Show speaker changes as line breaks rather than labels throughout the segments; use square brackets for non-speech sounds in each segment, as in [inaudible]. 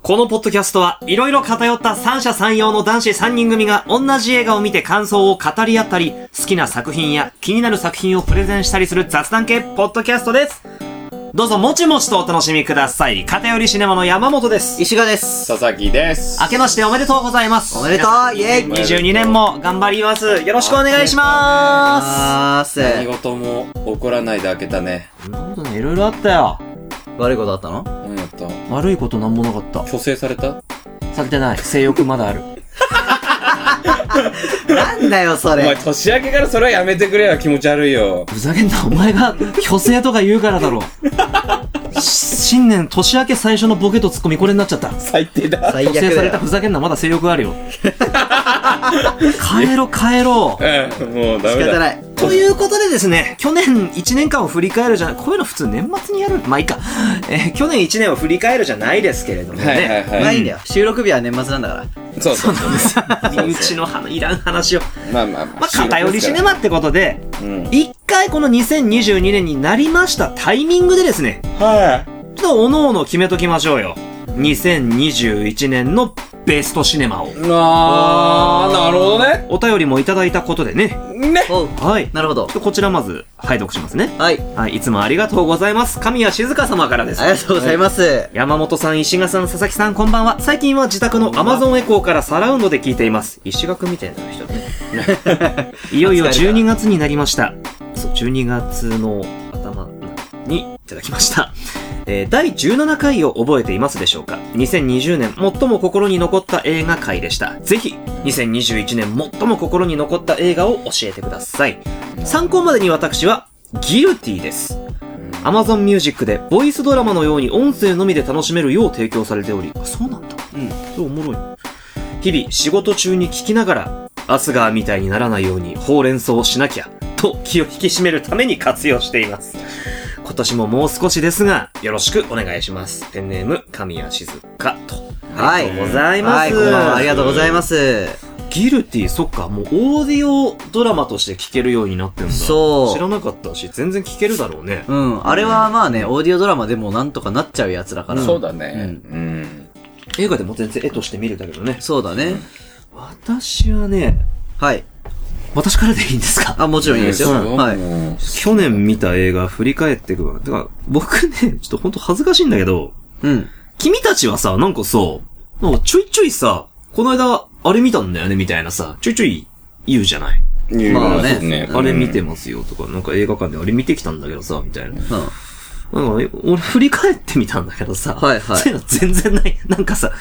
このポッドキャストはいろいろ偏った三者三様の男子三人組が同じ映画を見て感想を語り合ったり、好きな作品や気になる作品をプレゼンしたりする雑談系ポッドキャストです。どうぞもちもちとお楽しみください。偏りシネマの山本です。
石川です。
佐々木です。
明けましておめでとうございます。
おめでとうイェイ
おめでとう
22年も頑張ります。よろしくお願いしま
あーす。
何事も起こらないで開けたね。
す。なんだね、いろいろあったよ。
悪いことあったの
何やった
悪いことなんもなかった。
虚勢された
されてない。性欲まだある。
なんだよ、そ
お前
れ。
年明けからそれはやめてくれよ。気持ち悪いよ。
ふざけんな、お前が虚勢とか言うからだろ。新年年明け最初のボケとツッコミこれになっちゃった。
最低だ。
最悪
虚勢さ
だ
れた
よ
ふ。ざけんな、まだ性欲あるよ。帰ろう帰ろう。
うん、もうダ
仕
メ
方
だ。
ない。
ということでですね、去年1年間を振り返るじゃ、こういうの普通年末にやるまあいいか。えー去年1年を振り返るじゃないですけれどもね。
はいはいはい。
まあいいんだよ。収録日は年末なんだから。
そうそうそ
[laughs]
う。
身内の話いらん話を。
まあまあまあ。
まあ、偏りシネマってことで、
うん。はい。
一回この2022年になりましたタイミングでですね、ちょっとおのおの決めときましょうよ。2021年のベストシネマを。
あー、なるほどね。
お便りもいただいたことでね。
ね。
おう。
はい。ちょ
なるほど
っ。とこちらまず、拝読しますね。
はい。
はい。いつもありがとうございます。神谷静香様からです
あ。りがとうございます。
山本さん、石賀さん、佐々木さん、こんばんは。最近は自宅の Amazon エコーからサラウンドで聞いています。石賀君みたいな人ね。いよいよ12月になりました。そう、12月の頭にいただきました。えー第17回を覚えていますでしょうか ?2020 年最も心に残った映画回でした。ぜひ、2021年最も心に残った映画を教えてください。参考までに私は、ギルティです。Amazon Music でボイスドラマのように音声のみで楽しめるよう提供されており、あそうなんだ。
うん。
そうおもろい。日々仕事中に聞きながら、アスガーみたいにならないようにほうれん草をしなきゃ、と気を引き締めるために活用しています。今年ももう少しですが、よろしくお願いします。ペンネーム、神谷静香と。
は
あり
い
がとうございます。
はい、こんばんは。ありがとうございます。
ギルティ、そっか、もうオーディオドラマとして聞けるようになってんだ。
そう
知らなかったし、全然聞けるだろうね。
うん。あれはまあね、オーディオドラマでもなんとかなっちゃうやつだから。
そうだね。うん。
映画でも全然絵として見れたけどね。
そうだね。
私はね、
はい。
私からでいいんですか
あ、もちろんいいですよ。
そう
はい。
もう
去年見た映画振り返ってくわ。てか、僕ね、ちょっとほんと恥ずかしいんだけど、
うん。
君たちはさ、なんかさ、なんかちょいちょいさ、この間、あれ見たんだよね、みたいなさ、ちょいちょい言うじゃない。
まあね
そうね
あれ見て
も。
ますよとか、なんか映画館であれ見てきたんだけどさ、みたいな。
うん。
なんか、俺振り返ってみたんだけどさ、
はいはい
そういうの全然ない。なんかさ、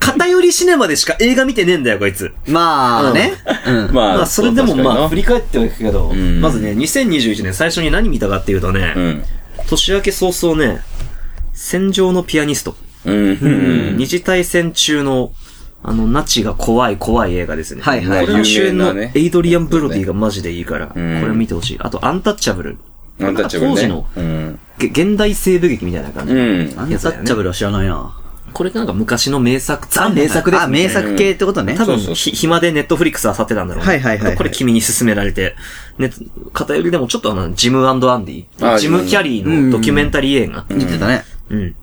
偏りシネマでしか映画見てねえんだよ、こいつ。
まあね。うん。
まあ、
まあ、それでも
う
まあ、振
確
り返ってはいくけど、
ん
まずね、2021年最初に何見たかっていうとね、
かにな
年明け早々ね、戦場のピアニスト。
うん。うん。
二次大戦中の、あの、ナチが怖い怖い映画ですね。
はいはい
これの主演の
有名なね
エイドリアン・ブロディがマジでいいから、これ見てほしい。あと、アンタッチャブル。
なんだっちゃう
当
ね
時の、
うん。
げ現代西部劇みたいな感じ。
うん。
アンタッチャブルは知らないな。
これがなんか昔の名作、ザ名作です
あ、
みたい
名
な
作系ってことね。
多分
そうそう
ひ、暇でネットフリックス漁ってたんだろうね。
はいはいはいはい
これ君に勧められて。ね、偏りでもちょっとあの、ジムアンディ。
あ
ジム・キャリーのドキュメンタリー映画。
言ってたね。
うん。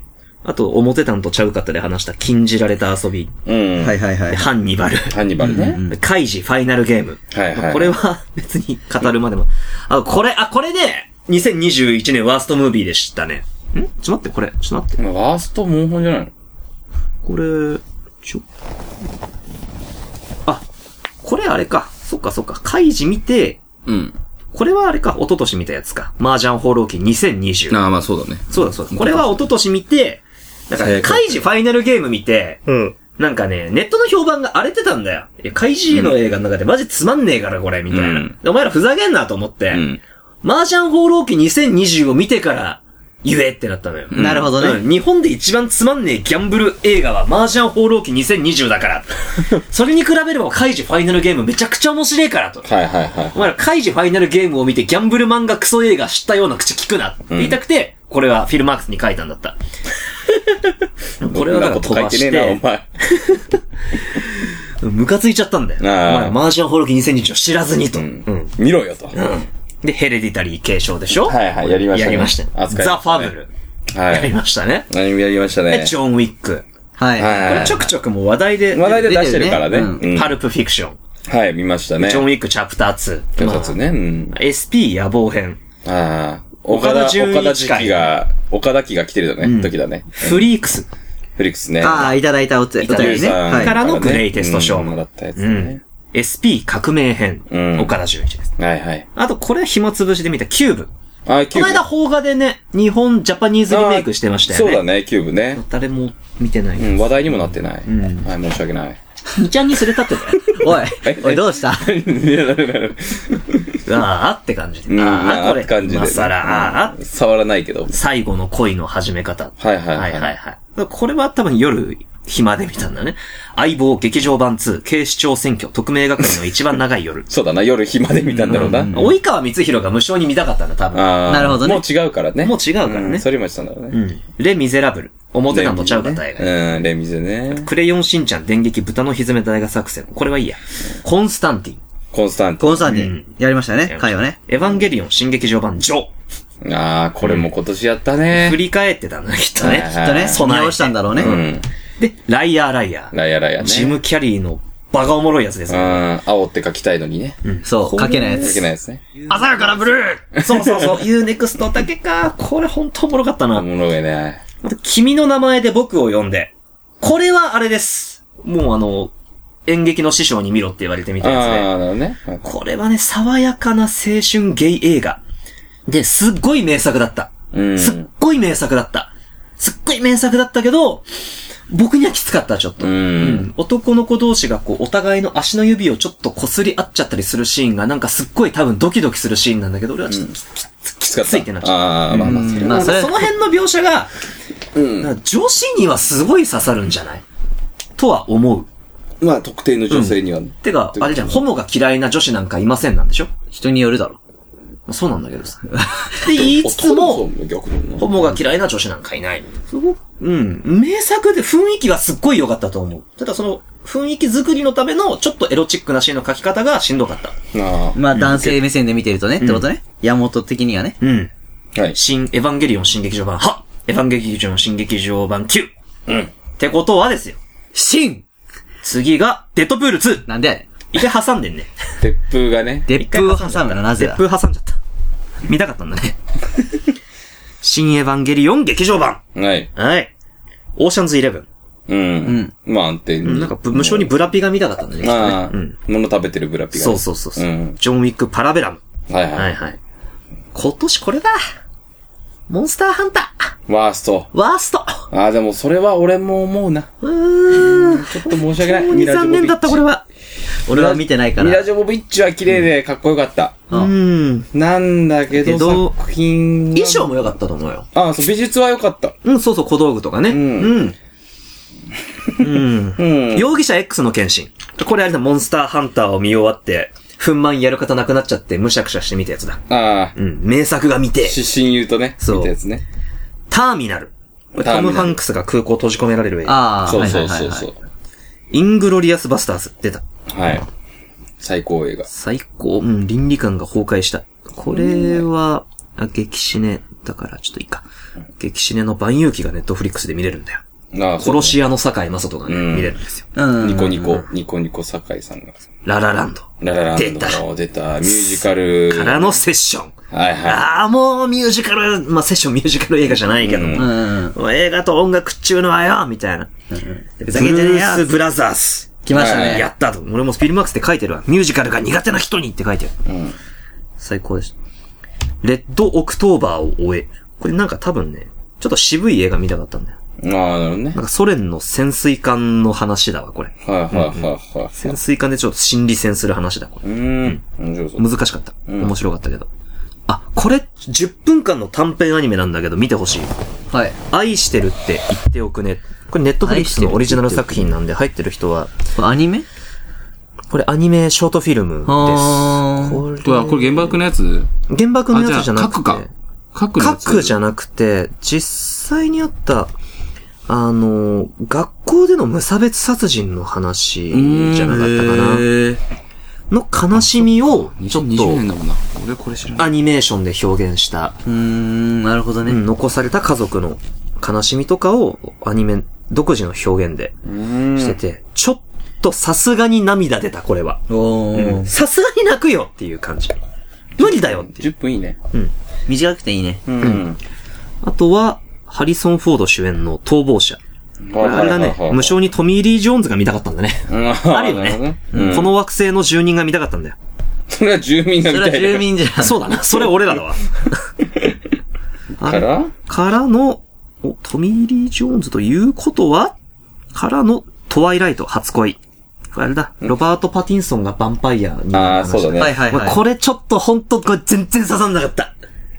あと、表担とちゃうかったで話した禁じられた遊び。
うん。
はいはいはい。
ハンニバル。
ハンニバルね。
カイジファイナルゲーム。
はいはい
これは別に語るまでも。あ、これ、あ、これね、2021年ワーストムービーでしたね。んちょっと待って、これ。ちょっと待って。
ワーストモンハンじゃないの
これ、ちょ。あ、これあれか。そっかそっか。カイジ見て、
うん。
これはあれか。一昨年見たやつか。麻雀放浪記2020。
ああ、まあそうだね。
そうだそうだ。これは一昨年見て、なんか、
早く
カイジファイナルゲーム見て、なんかね、ネットの評判が荒れてたんだよ。いやカイジの映画の中でマジつまんねえからこれ、みたいな。
うん
でお前らふざけんなと思って、
うん。
マージャン放浪記2020を見てから、言えってなったのよ。
なるほどね。
うん日本で一番つまんねえギャンブル映画はマージャン放浪記2020だから。それに比べればカイジファイナルゲームめちゃくちゃ面白いからと。
はいはいはい
お。前ら、カイジファイナルゲームを見てギャンブル漫画クソ映画知ったような口聞くなって言いたくて、これはフィルマークスに書いたんだった。これはなんか飛ばして、
お前。
ムカついちゃったんだよ。お
ああ
前ら、マージャンホロキ2020を知らずにと。
うん。見ろよと。は
で、ヘレディタリー継承でしょ
はいはいやりましたね
やりました。
扱い
ザ・ファブル。やり
い。
ましたね。
何もやりましたね
で、ジ。ョン・ウィック。
はい。
はい
これちょくちょくもう話題で、
話題で出してるからね。
出て
うん
パルプフィクション、
はい、見ましたね。
ジョン・ウィックチャプター2。
警察ね。うん。
SP 野望編。
ああ。
岡
岡
田
田、
准
岡田
一
時
会
期が、岡田期が来てるよね、時だね。
フリークス。
フリックスね。
ああ、いただいたおつお
いただ
便
い
り
た
ね。
さんか
は
らのグレイテストショー
だったやつ
う
ね
ん。。SP 革命編。
うん
岡田准一です。
はいはい。
あと、これは暇つぶしで見た、キューブ。
あ、キ
この
ューブ。
間、邦画でね、日本ジャパニーズリメイクしてましたよね。
そうだね、キューブね。
誰も見てない。
うん、話題にもなってない。はい、申し訳ない。
二ちゃんに連れ立ってたよ。
[laughs]
い。おい、おい、どうした
いや、だめだめ。
ああって感じで。
うん、
ああ、
あ
こ
っ
れ。
て感じで。
今更、ああ、
触らないけど。
最後の恋の始め方。
はいはいはい。
はいはい。これは多分夜、暇で見たんだね。相棒劇場版2、警視庁選挙、特命係の一番長い夜
そうだな、夜暇で見たんだろう [laughs] な。
及川光弘が無償に見たかったんだ、多分。
あー
なるほどね
もう違うからね。
もう違うからね
んそれもしたんだろう
う
ね。
ん。レ・ミゼラブル。表なんとちゃうか、大概。
うん、レミゼね。
クレヨンしんちゃん電撃豚のひずめ大河作戦。これはいいや。コンスタンティン。
コンスタンテ
コンサー
う
テ
ん
やりましたね、会話ね。
エヴァンゲリオン新劇場版ジョ
ィン。ああ、これも今年やった
ー。
ね
振。り返ってたんだね、きっと
はい
き
ね。
は
っとね、見
備えて
直したんだろうね。
うん。
で、ライアーライアー。
ライアライアね。
ジム・キャリーのバカおもろいやつです
う
ね。
ん、青って書きたいのにね。
そう、書けないや
書け
つ。
ないですね。
鮮やかなブルーそうそうそう。ユーネクストだけか。これほんとおもろかった
お
な。
もろいね。
あと君の名前で僕を呼んで。これはあれです。もうあの、演劇の師匠に見ろって言われてみ
あ
た
あ
やつね。
ー、なるほどね。
これはね、爽やかな青春ゲイ映画。で、すっごい名作だった。
うん。
すっごい名作だった。すっごい名作だったけど、僕にはきつかった、ちょっと。
う。
うんん男の子同士がこう、お互いの足の指をちょっと擦り合っちゃったりするシーンが、なんかすっごい多分ドキドキするシーンなんだけど、俺はちょっとき,、
きつかった。
ついてなっちゃっ
ああ、まあまあ、それ
た。
まあ
そ
それ
の辺の描写が、なんか女子にはすごい刺さるんじゃないとは思う。
まあ、特定の女性にはね。
てか、あれじゃん、ホモが嫌いな女子なんかいませんなんでしょ
人によるだろ。
まあそうなんだけど
[laughs]
さ。で、言いつつも、
男の子逆にな
ホモが嫌いな女子なんかいない。すごく、うん。名作で雰囲気はすっごい良かったと思う。ただその、雰囲気作りのための、ちょっとエロチックなシーンの描き方がしんどかった。
あ
まあ、男性目線で見てるとね、ってことね。山本的にはね。
うん。
あ。はい。
新、エヴァンゲリオン新劇場版、はエヴァンゲリオン新劇場版9。うん。ってことはですよ。
シン
次が、デッドプール2。
なんで
一回挟ん [laughs] でんね。
鉄風がね。
デップを挟むのはなぜ
デッ
だ
プ挟んじゃった。見たかったんだ [laughs] ね。新エヴァンゲリオン劇場版。
はい。
はい。オーシャンズイレブン。
うん。まあ、安定
うん
に。
なんか、ぶ無償にブラピが見たかったんだね。きっとね
まあ、物食べてるブラピがね。
そうそうそうそう、
うん
ジョン・ウィック・パラベラム。
はい
は
はいい。
はい。今年これだモンスターハンター
ワースト。
ワースト
ああ、でもそれは俺も思うな。
うーん。
ちょっと申し訳ない。
本当に残念だった、これは。
俺は見てないか
ミラ
ら。
ジョボビッチは綺麗でかっこよかった。
うーん。
なんだけ
けど
ど、作品は。
衣装も良かったと思うよ。
ああ、そう、美術は良かった。
うん、そうそう、小道具とかね。
ん
うん。うん。
うん。
容疑者 X の献身。これあれだ、モンスターハンターを見終わって、憤懣やる方なくなっちゃって、むしゃくしゃしてみたやつだ。
ああ、
うん、名作が見て。
し親友とね、
そう
見たやつね。
ターミナル。これ
ター
ト
ミナ
ム・
ル
ハンクスが空港閉じ込められる映画。
ああ、
そ
は
う
い
そ
は
う
いは
そ
いうは
そう
い。。
イングロリアス・バスターズ。出た。
はい。最高映画。
最高。うん、倫理観が崩壊した。これは、あ、激死ね。だから、ちょっといいか。激死ねの万有機がネットフリックスで見れるんだよ。
ああ、そう
殺し屋の堺雅人がね、
うん
見れるんですよ。
うん。
ニコニコ、ニコニコ酒井さんが。
ララランド。
ララランドの出たミュージカル。
からのセッション。
はいは
ああ、もうミュージカル、まあ、セッションミュージカル映画じゃないけども。
うん。
もう映画と音楽っちゅうのはよみたいな。ふざけてねえやブルース・ブラザー
来ました
はい
ズ。や
ね。
ったと。俺もスピルマークスって書いてるわ。ミュージカルが苦手な人にって書いてる。
い。うん。
最高でした。レッドオクトーバーを終え。これなんか多分ね、ちょっと渋い映画見たかったんだよ。
ああ、なるほどね
な。んかソ連の潜水艦の話だわ、これ。
はいはいはいはい。
潜水艦でちょっと心理戦する話だ、こ
う
れ。
ーん。面白そう。
難しかった。面白かったけど。あ、これ、10分間の短編アニメなんだけど、見てほしい。
はい。
愛してるって言っておくね。これネットフリックスのオリジナル作品なんで、入ってる人は、
これアニメ
これアニメショートフィルム
あー
です。これ、
これ原爆のやつ
原爆の
あ、じゃ
や
あ、
つじゃなく
核
て。
か。核のやつ。
核じゃなくて、実際にあった、あの、学校での無差別殺人の話じゃなかったかな。の悲しみを、ちょ
2020
っ
年
と、
だもんな。俺これ知らない。
アニメーションで表現した、
うーん、なるほど
う
ね。
ん残された家族の悲しみとかをアニメ独自の表現で
うん
してて、ちょっとさすがに涙出た、これは。
おー。
さすがに泣くよっていう感じ。無理だよっていう。
10分いいね。
うん。
短くていいね。
うん。
あとは、ハリソン・フォード主演の逃亡者。
は
あれだね、無償にトミー・リー・ジョーンズが見たかったんだね。
あ
あるよね。こ、の惑星の住人が見たかったんだよ。
それは住民が
そ
見
れは
た
い住民じゃん。
そう
[laughs]
だな。それ俺らだわ。あ
か
れ
ら
からの、お、トミー・リー・ジョーンズということはからの、トワイライト初恋。あれだ、ロバート・パティンソンがヴァンパイアに
ああ、そうだ
はい
ね。
はい
まあ
はい。
これちょっとほんと、これ全然刺さんなかった。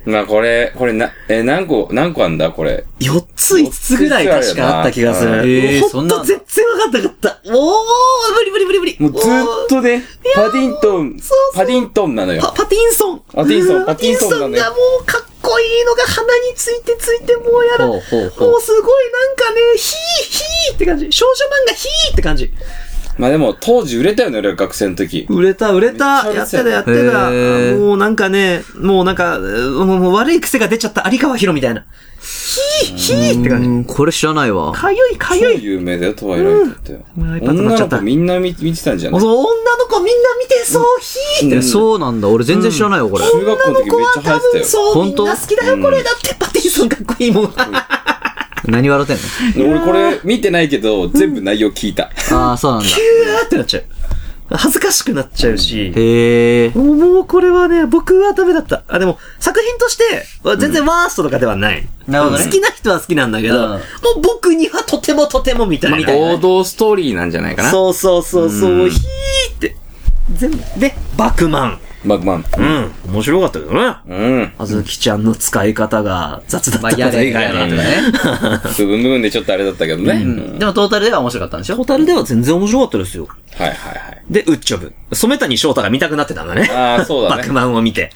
まあこれ、これな、え、何個、何個あんだこれ。
4つ5つぐらい確かあった気がす
うん
え
る。
ー
ほ
そ
ん
んな
と全然わかんなかった。おー、無理無理無理無理。
もうずっとね、パディントン、パディントンなの
おーパ
よ。
パティンソン。
パティンソン
うん
パティンソンだね
パティンソンがもうかっこいいのが鼻についてついてもうやら。も
ほうほうほう
うすごいなんかね、ヒーヒーって感じ。少女漫画ヒーって感じ。
まあでも、当時売れたよね、俺ら学生の時。
売れた、売れた。
めっち
やってた、
ゃ売れたよ
やってた。あ
へー
もうなんかね、もうなんか、うんもう悪い癖が出ちゃった有川博みたいな。ヒーヒーって感じ。
うんこれ知らないわ。
かゆい、か
超
ゆい。
有名だよ、トワイライトって。
うん
女の子みんな見見てたんじゃない
そう女の子みんな見て、そう、ヒー
うん
えそうなんだ。俺全然知らないわ、これ。
中学校の時めっちゃ流
多
行って
分そう、み
本
ん
当
な好きだよ、これ。だって、パティンソンかっこいいもん。
何笑ってんの
たよ。俺これ見てないけど、全部内容聞いた。
ああ、そうなんだ。
うわーってなっちゃう。恥ずかしくなっちゃうし。
へえ。
もうもうこれはね、僕はダメだった。あ、でも、作品として、全然ワーストとかではない。
なるほどね
好きな人は好きなんだけど、
うん
もう僕にはとてもとてもみたいな。
みたいなね
王道ストーリーなんじゃないかな。
そうそうそうそう、
うん
ヒーって。全部。で、バクマン。
バグマン。
うん。面白かったけどね。
うん。
あずきちゃんの使い方が雑だった
まあ、
こと
やれ、
以
や
外
れ
は
とかね。
部分部分でちょっとあれだったけどね。うん
でもトータルでは面白かったんでし
トー
ょ
タルでは全然面白かったですよ。
はいはいはい。
で、ウッチョブ。染谷翔太が見たくなってたんだね。
ああ、そうだ
[laughs] バク
ね。
マンを見て。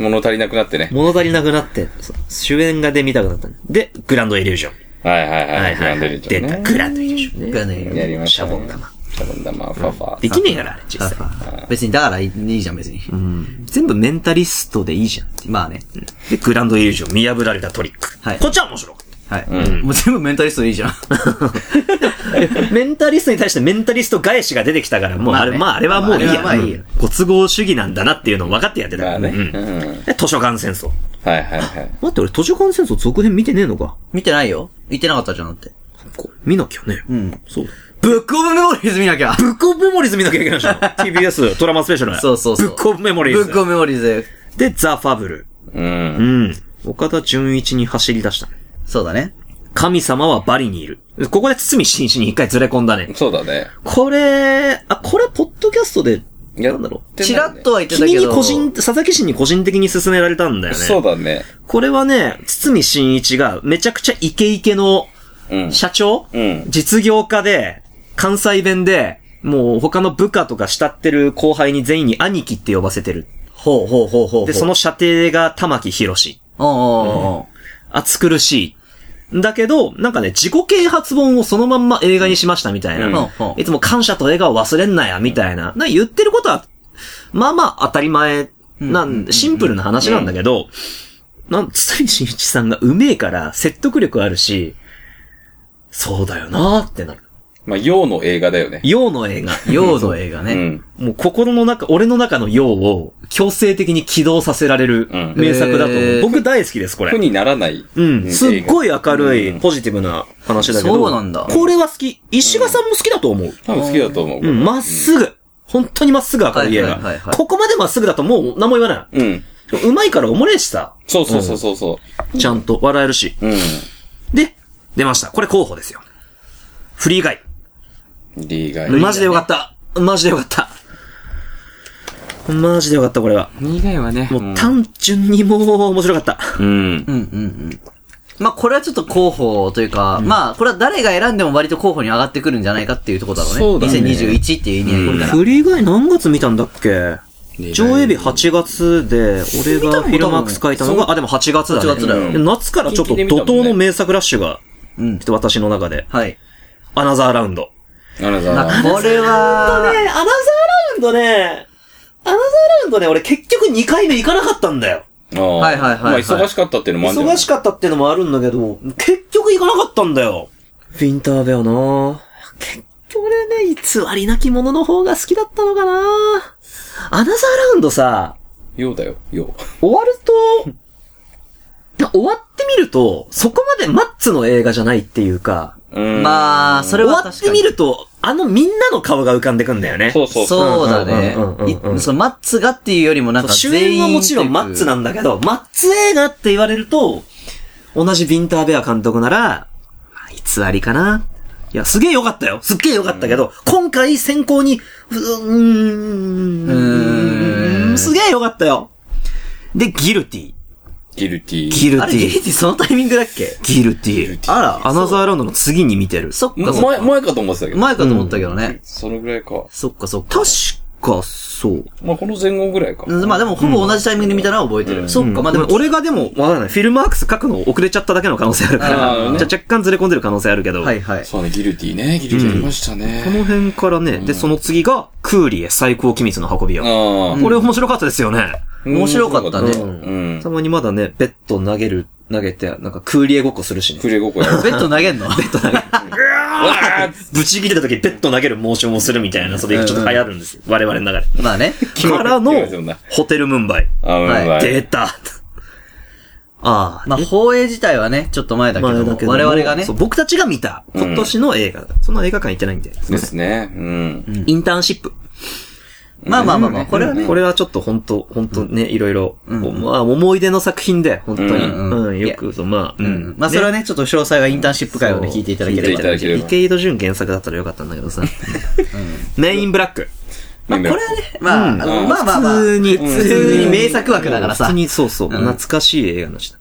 物足りなくなってね。
物足りなくなって、そう主演がで見たくなったんだで、グランドエリュージョン。
はいはいはい。グランドリーチ
出
ョン
た、
ね。
グランドエリュージョンね。
がね
やりましたね。
シャボン玉。
シャボン玉、ファファ。
できねえから、あれ、実際。
別に、だからいいじゃん、別に。
全部メンタリストでいいじゃん。
まあね。
で、グランドエリュージョン、見破られたトリック。
はい
こっちは面白かっ
はい。もう全部メンタリストでいいじゃん。
た。 [laughs] メンタリストに対してメンタリスト返しが出てきたから、もうあれ、
ま
まあ
あね
あれはもういい
あ
や
れはまあいいよ。
ご都合主義なんだなっていうのを分かってやってたか
ま
ら
あね。
うん
うん。
で、図書館戦争。
はいはいはい。
待って、俺図書館戦争続編見てねえのか。
見てないよ。言ってなかったじゃん、だって。
こう見なきゃね。
うん。
そうだ。
ブックオブメモリーズ見なきゃ
ブックオブメモリーズ見なきゃいけないでしょ。TBS ドラマスペシャル。
そうそうそう
ブックオブメモリー
ブ
ズ。
ックオブメモリーズ。
で、ザ・ファブル。
う。
うんん。岡田純一に走り出したね。
そうだね。
神様はバリにいる。ここで堤真一に一回ずれ込んだね。
そうだね。
これ、あ、これ、ポッドキャストで、なんだろう。
チラッと
は。
は言ってたけ
君
ど。
に個人、佐々木氏に個人的に勧められたんだよね。
そうだね。
これはね、堤真一がめちゃくちゃイケイケの
うん。
社長、
うん
実業家で、関西弁で、もう他の部下とか慕ってる後輩に全員に兄貴って呼ばせてる。
ほうほうほうほう。
で、その、射程が玉木博士。
おうおうおうおう
暑苦しい。だけど、なんかね、自己啓発本をそのまんま映画にしましたみたいな。
うん
うん
いつも感謝と笑顔忘れんなや、みたいな。な言ってることは、まあまあ当たり前なん、シンプルな話なんだけど、なん、つついしんいちさんがうめえから説得力あるし、そうだよなーってなる。
まあ、洋の映画だよね。
洋の映画。
ヨーの映画
う
ね。
ん。
もう心の中、俺の中の洋を強制的に起動させられる
うん
名作だと思う。
へー
僕大好きです、これ
苦。にならない。
うん。すっ
い。
ごい明るい、ポジティブな話だけど。
そうなんだ
これは好き。石賀さんも好きだと思う。
多分好きだと思う。
うん、まっすぐ。本当にまっすぐ明るい映
はいはいはい
画。
はい
ここまでまっすぐだともう何も言わな
うん。
い。うまいからおもれえしさ。
そうそうそうそうそ
ちゃんと笑えるし。
う。うん。
で、出ました。これ候補ですよ。フリーガイ。
D がいい。
マジでよかった。マジでよかった。マジでよかった、これは。
以外はね、
もう単純にもう面白かった。
うん。
うんうんうん。まあ、これはちょっと候補というか、まあ、これは誰が選んでも割と候補に上がってくるんじゃないかっていうところだろうね。
そうだね
2021っていう意味合いこれから。
フリー以外何月見たんだっけ上映日8月で、俺がフィルマークス書いたのが、あ、でも8月だね。
8月だよ
で夏からちょっと怒涛の名作ラッシュが、
うん
ちょっと私の中で、
はい。
アナザーラウンド。
あな
まあ、
た。
これは、
ね、アナザーラウンドね、アナザーラウンドね、俺結局2回目行かなかったんだよ。
はい
はいはい
まあ、忙しかったっていうのもあるんだ
忙
よ
しかったっていうのもあるんだけど、結局行かなかったんだよ。ウィンターベアな結局俺ね、偽りなきものの方が好きだったのかなアナザーラウンドさ、
ようだよ、よ
終わると、な [laughs] 終わってみると、そこまでマッツの映画じゃないっていうか、
う。うん
まあ、それ
終
は
わ
確かに。
ってみると、あのみんなの顔が浮かんでくんだよね。
そうそうそう。
そうだね
うんうんうんうんう。ん
いそのマッツがっていうよりもなんか
主
全員
演はもちろんマッツ
っ
なんだけど、マッツ映画って言われると、同じビンターベア監督なら、あいつありかな。いや、すげえ良かったよ。すっげえ良かったけど、今回選考に、うーん、
うーん
すげえ良かったよ。で、ギルティ。
ギルティー。
ギ
てい
ル
う
テ
あれ、ゲリ
ィ。
ティそのタイミングだっけ
ギルテ
ギル
ィ
テ。ィ
あら。
アナザーラウンドの次に見てる。
そっかそっ
前、
か。
前かと思ってたけど。
前かと思ったけどね。
そのぐらいか。
そっかそっか
確。かそう。
まあ、この前後ぐらいか。
うんまあでもほぼ同じタイミングで見たのは覚えてる。そっか、まあでも俺、
俺がでも、わからない。フィルマークス書くの遅れちゃっただけの可能性あるか
あー
ら、
ね
じゃあ若干ずれ込んでる可能性あるけど。
はいはい。
そうね、ギルティーね。ギルティーありましたね。
この辺からね、で、その次が、クーリエ最高機密の運び屋。
ああ。
これ面白かったですよね。
うん
面白かったね
う
た
ん。
まにまだね、ベッド投げる、投げて、なんかクーリエごっこするしね
ク。レゴコや。
[laughs] ベッド投げんのベッド投げ
わーっつ
ぶち切れた時、ベッド投げるモーションをするみたいな遊びがちょっと流行るんですよ。我々の中で。
まあね。
からの
気持ちよな、
ホテルムンバイ。
あ、うん
はい
はい
出たああ、
まあ放映自体はね、ちょっと前だけ
前
ど
だけども
我々がね
そ、う僕たちが見た、今年の映画。そんな映画館行ってないんで。
ですね。うん。
インターンシップ。
まあまあまあまあ、これは
う
ね
ん、これはちょっと本当本当ね、いろいろ、まあ思い出の作品で、本当に。
うん
うん、よく、そうまあ、う
うんまあそれはね、ちょっと詳細はインターンシップ会をね、聞いていただけ
聞い
れ
て
ば
いた。だければ。
池井戸潤原作だったらよかったんだけどさ。メインブラック。
まあ、
これはね、まあ、あのまあまあまあ、
普通に、
普通に名作枠だからさ
普通。に、そうそう、懐かしい映画のした。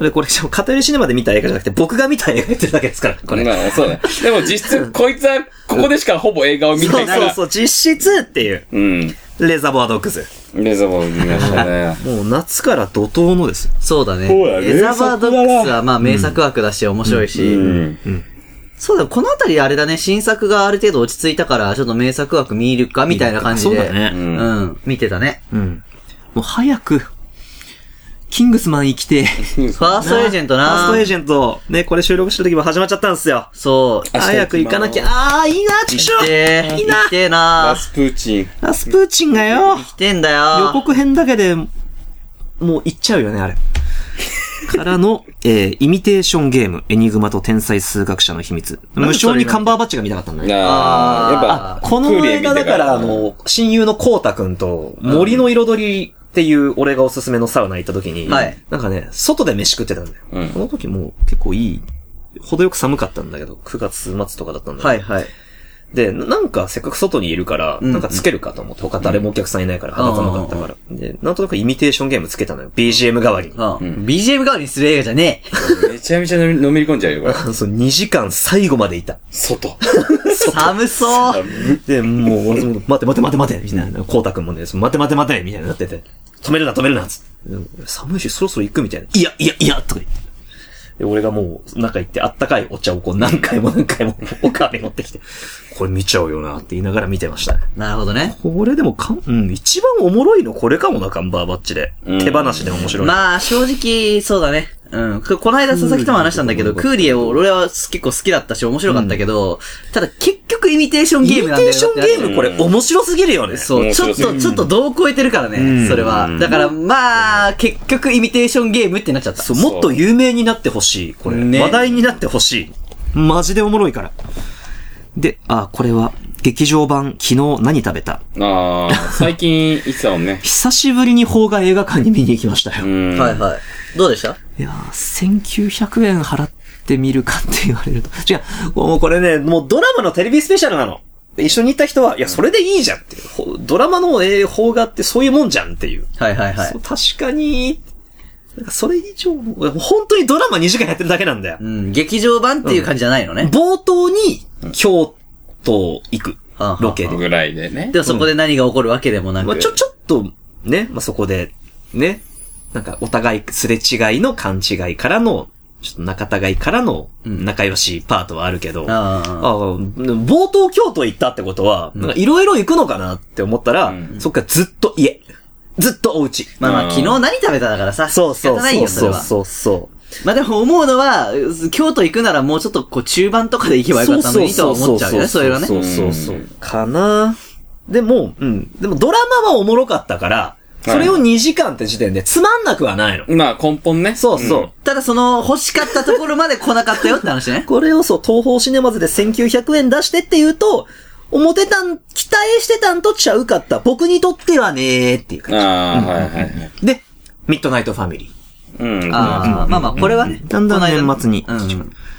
で、これ、しかも、偏りシネマで見た映画じゃなくて、僕が見た映画言ってるだけですから、これ。
まあ、そうだね。でも実質、こいつは、ここでしかほぼ映 [laughs] 画を見
そ
な
う
いか
そう
ら。
そう、実質っていう、
うん。
レザーボアドッグス。
レザーも見ましたね。
もう夏から怒涛のですよ。
そうだね。
そうだね
エザバードックスはまあ名作枠だし面白いし。
うん。
そうだ、このあたりあれだね、新作がある程度落ち着いたから、ちょっと名作枠見るかみたいな感じで。
そうだね。
うん。うん、見てたね。
うん。もう早く、キングスマン生きて、
ファーストエージェント
ファー
な
ストエージェント、ね、これ収録した時も始まっちゃったんですよ。
そう。
明日行きます
早く行かなきゃ。あー、いいな、ちくしょ
来て
ういい
ー、
な
来てーな
ラスプーチン。
ラスプーチンがよ、
来てんだよ。
予告編だけで、もう行っちゃうよね、あれ。からの、えー、イミテーションゲーム、エニグマと天才数学者の秘密。無償にカンバーバッチが見たかったんだね。
ああ、やっぱ、
この映画だから、あの、親友のコウタくんと、森の彩りっていう俺がおすすめのサウナ行った時に、
はい
なんかね、外で飯食ってたんだよ。
うん
この時もう結構いい、程よく寒かったんだけど、9月末とかだったんだけど
はいはい。
で、ななんかせっかく外にいるから、
ん
なんかつけるかと思って、他誰もお客さんいないから、肌寒かったから。で、なんとなくイミテーションゲームつけたのよ。BGM 代わりに。
あ BGM 代わりにする映画じゃねえ。
めちゃめちゃのめり込んじゃうよ、これ。
[laughs] そう、2時間最後までいた。
外。
[laughs]
[laughs]
寒そう。
で、もう、俺も、待って待って待って待って、みたいな。こうたくんもね、その待って待って待って、みたいになってて、止めるな止めるな、つってうん寒いし、そろそろ行くみたいな。いや、いや、いや、とか言って。で、俺がもう、中行って、あったかいお茶をこう、何回も何回も、おかわり持ってきて、これ見ちゃうよな、って言いながら見てましたね。
なるほどね。
これでもかん、うん、一番おもろいのこれかもな、カンバーバッチで。
うん
手放しで面白い。
まあ、正直、そうだね。うん。ここの間、佐々木とも話したんだけど、クーリエを俺は結構好きだったし、面白かったけど、ただ結局イミテーション
イ
ゲー
ミ
ム
テ
なんだよ。
ーションゲームこれ面白すぎるよね。
そう、
面
ちょ
白
っ
すぎる
と、ちょっと度を超えてるから
うん
ね、それは。だから、まあ、結局、イミテーションゲームってなっちゃった。
そうもっと有名になってほしい。これ、
ね
話題になってほしい。マジでおもろいから。で、あ、これは、劇場版、昨日何食べた
ああ、最近、いつだもんね。
久しぶりに邦画映画館に見に行きましたよ。
う
い
ん。
はいはい。どうでした
やー、1900円払ってみるかって言われると。違う、もうこれね、もうドラマのテレビスペシャルなの。で一緒に行った人は、いや、それでいいじゃんっていうほ。ドラマのえー邦画ってそういうもんじゃんっていう。
はいはいは
そ。
いう
確かに、なんかそれ以上の、本当にドラマ2時間やってるだけなんだよ
う。ん、劇場版っていう感じじゃないのね。
冒頭に、京都行く
あ、
ロケで。
ぐらいでね
で。もそこで何が起こるわけでもな
まあ、
く。
ちょ、ちょっと、ね、まあ、そこで、ね、なんか、お互いすれ違いの勘違いからの、ちょっと仲違いからの仲良しパートはあるけど、あ
ああ
あ冒頭京都行ったってことは、なんかいろいろ行くのかなって思ったら、
うん
そっからずっと家、ずっとお家。
まあま
う
あ、
ん
昨日何食べただからさ。
そうそう
仕方ない
そう
よ、そ
そ
れ
う
は。
そうそう。
まあでも思うのは、京都行くならもうちょっとこう中盤とかで行けばよかったのにとは思っちゃうよね、そういうのね。
そうそうそう。かなでも、うん。でもドラマはおもろかったから、それを2時間って時点でつまんなくはないの。
まあ根本ね。
そうそう。
ただその欲しかったところまで来なかったよって話ね。
これをそう、東方シネマズで1900円出してって言うと、思ってたん、期待してたんとちゃうかった。僕にとってはねーっていう
うん。
感
ああ、はいはいはい。
じ。で、ミッドナイトファミリ
うん。
ああ、まあまあ、これはね。
ー。だんだん年末に。
この間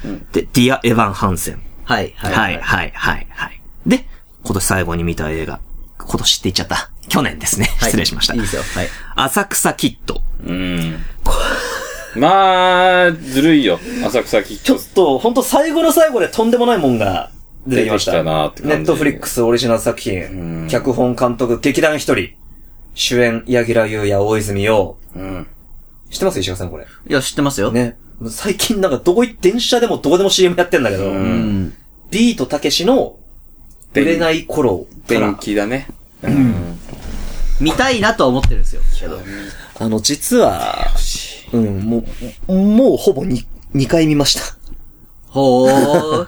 うん
で、ディア・エヴァン・ハンセン。
はい、は。
はいい、はい、はい、はいで、今年最後に見た映画。今年って言っちゃった。去年ですね。
はい
失礼しました。
いいですよ。はい。
浅草キッド。
うん。まあ、ずるいよ。浅草キッ
ちょ
ド
っと、ほんと最後の最後でとんでもないもんが出てきました。
出てきたなって感じ
ネットフリックスオリジナル作
う
品、
ん
脚本監督、劇団一人、主演、柳楽優弥、大泉洋。
うん。
知ってます石川さんこれ。
いや、知ってますよ。
ね。最近なんかどこい、電車でもどこでも CM やってんだけど、
うんん。
ビートたけしの売れない頃から
電、気だね。
見たいなとは思ってるんですよ。
あの、実は、うん、もう、もうほぼに2回見ました。
ほー。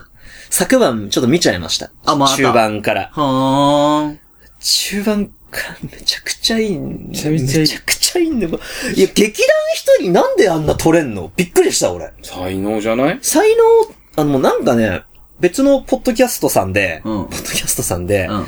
昨晩ちょっと見ちゃいました。
あまた
中盤から。
ほーん。
中盤からめちゃくちゃいいんめち
ゃめちゃいい
ゃくちゃいいんだよ。いや、劇団一人なんであんな撮れんのびっくりした、俺。
才能じゃない
才能、あの、なんかね、別のポッドキャストさんで、
うん
ポッドキャストさんで、
うん。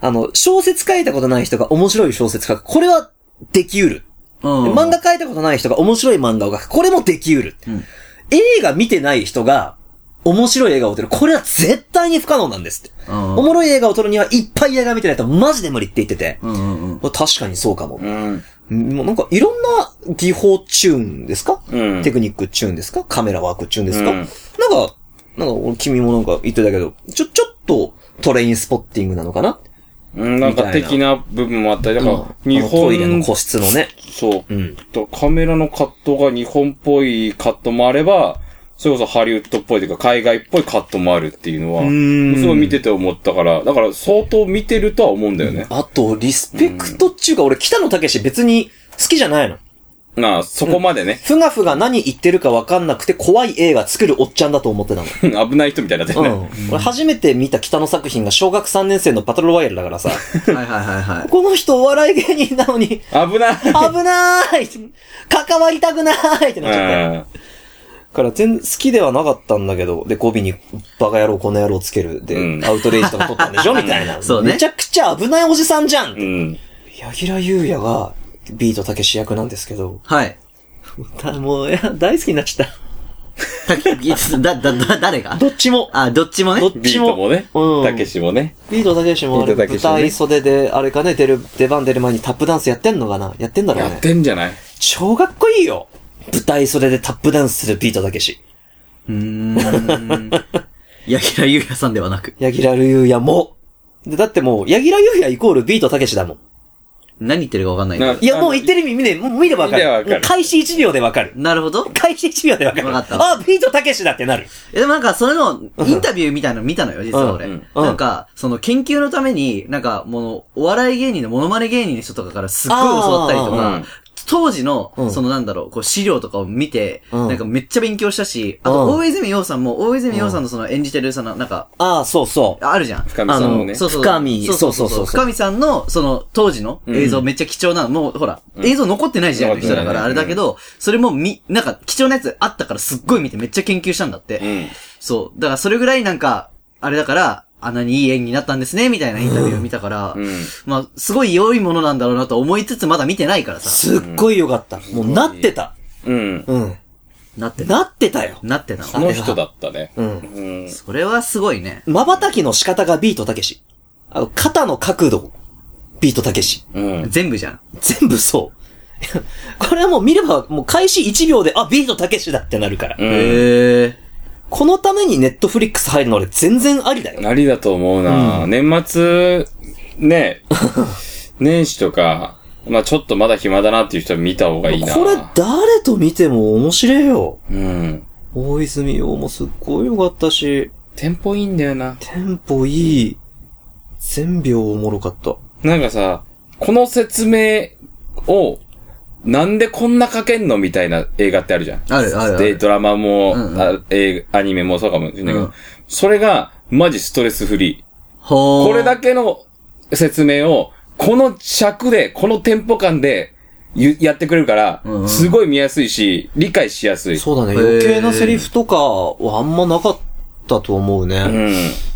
あの、小説書いたことない人が面白い小説書く。これはできうる。
うん。
で漫画書いたことない人が面白い漫画を書く。これもできうる。
うん
映画見てない人が面白い映画を撮る。これは絶対に不可能なんですって。
うん
おもろい映画を撮るにはいっぱい映画見てないとマジで無理って言ってて。
うんうんうん。
確かにそうかも。
うん。
もうなんかいろんな技法チューンですか、
うん
テクニックチューンですかカメラワークチューンですか、
うん
なんか、なんか俺君もなんか言ってたけど、ちょ、ちょっとトレインスポッティングなのかな
うん、なんか
みたいな
的な部分もあったり、だから、
うん
日
あのトイレの個
本、
室のね。
そうう。
ん。
とカメラのカットが日本っぽいカットもあれば、それこそハリウッドっぽいというか、海外っぽいカットもあるっていうのは、
ん
すごい見てて思ったから、だから相当見てるとは思うんだよね。
あと、リスペクトっちゅうか、俺北野武別に好きじゃないの。
まあ、そこまでね、 [laughs]
ふがふが何言ってるかわかんなくて怖い映画作るおっちゃんだと思ってたの。
危ない人みたいになって
う
る
ん
ね。。
俺初めて見た北野作品が小学3年生のパトロワイヤルだからさ、
はいはいはいはい。
この人お笑い芸人なのに、
危ない
危なーい関わりたくなーいってなっちゃって。
う
から全、好きではなかったんだけど、で、語尾に、バカ野郎、この野郎つける。で、
うん
アウトレイジとか撮ったんでしょみたいな。
そうね
めちゃくちゃ危ないおじさんじゃん、
ん。
柳楽優弥が、ビートたけし役なんですけど、
はい。
もう、いや、大好きになっちゃった
だ、だ、だ、誰が
た。どっちも。
あ、どっちもね
どっ。
ビ
ち
ー
も。
トもね、
うん
たけしもね。
ビートたけしもあれ、
ビートたけ
舞
しね
台袖で、あれかね、出る、出番出る前にタップダンスやってんのかなやってんだろう
や
ね
っ。てんじゃない
超かっこいいよ。舞台袖でタップダンスするビートたけし。
うーん。ヤキラユウヤさんではなく。
ヤギラルユヤも。で、だってもう、ヤギラルユヤイコールビートたけしだもん。
何言ってるかわかんないけど。
いや、もう言ってる意味見ね、もう見ればわか
見れ
る。
ばわかる
もう開始1秒でわかる。
なるほど。
開始1秒でわかる。
わかった
あ、ビートたけしだってなる。
え、でもなんか、それの、インタビューみたいなの見たのよ、実は俺。
うんうん
うん
なんか、その、研究のために、なんか、もう、お笑い芸人のモノマネ芸人の人とかからすっごい教わったりと
あーう
か
ん、
当時の
う、ん
そのなんだろう、こう、資料とかを見て、
うん
なんかめっちゃ勉強したし、あと、
うん
大泉洋さんも、大泉洋さんのその演じてる、その、なんか、
ああ、そうそう。
あるじゃん。
深見さんのね。
そうそう。
深見そうそうそうそう
深見さんの、その、当時の映像めっちゃ貴重なの。もう、ほら、映像残ってない時代の人だから、あ
残
れ
ってない
だけど、それもみ、なんか、貴重なやつあったからすっごい見てめっちゃ研究したんだって。
うん。
そう。だから、それぐらいなんか、あれだから、あんなにいい演技になったんですね、みたいなインタビューを見たから、
うん。
まあ、すごい良いものなんだろうなと思いつつまだ見てないからさ、
すっごい良かった。もうなってた。
うん。
うん。
なってた。
なってたよ。
なってた
こ
の。
の人だったね。
うん。
うん。
それはすごいね。
瞬きの仕方がビートたけし。あの、肩の角度、ビートたけし。
うん。
全部じゃん。
全部そういや。これはもう [laughs] 見れば、もう開始1秒で、あ、ビートたけしだってなるから。
うん。
へえ。
このためにネットフリックス入るの俺全然ありだよ。
ありだと思うな。年末、ね、 [laughs] 年始とか、まあちょっとまだ暇だなっていう人は見た方がいいな。
これ誰と見ても面白いよ。
うん。
大泉洋もすっごい良かったし、
テンポいいんだよな。
テンポいい。全秒おもろかった。
なんかさ、この説明を、なんでこんな書けんのみたいな映画ってあるじゃん。
あるあるある
で、ドラマも、
うんうん
あ映画アニメもそうかもしれないけど、
うん
それが、マジストレスフリー。
ほー。
これだけの説明を、この尺で、このテンポ感で、ゆやってくれるから
うんう、ん
すごい見やすいし、理解しやすい。
そうだね。
へー
余計なセリフとかはあんまなかったと思う
う
ね。
ん。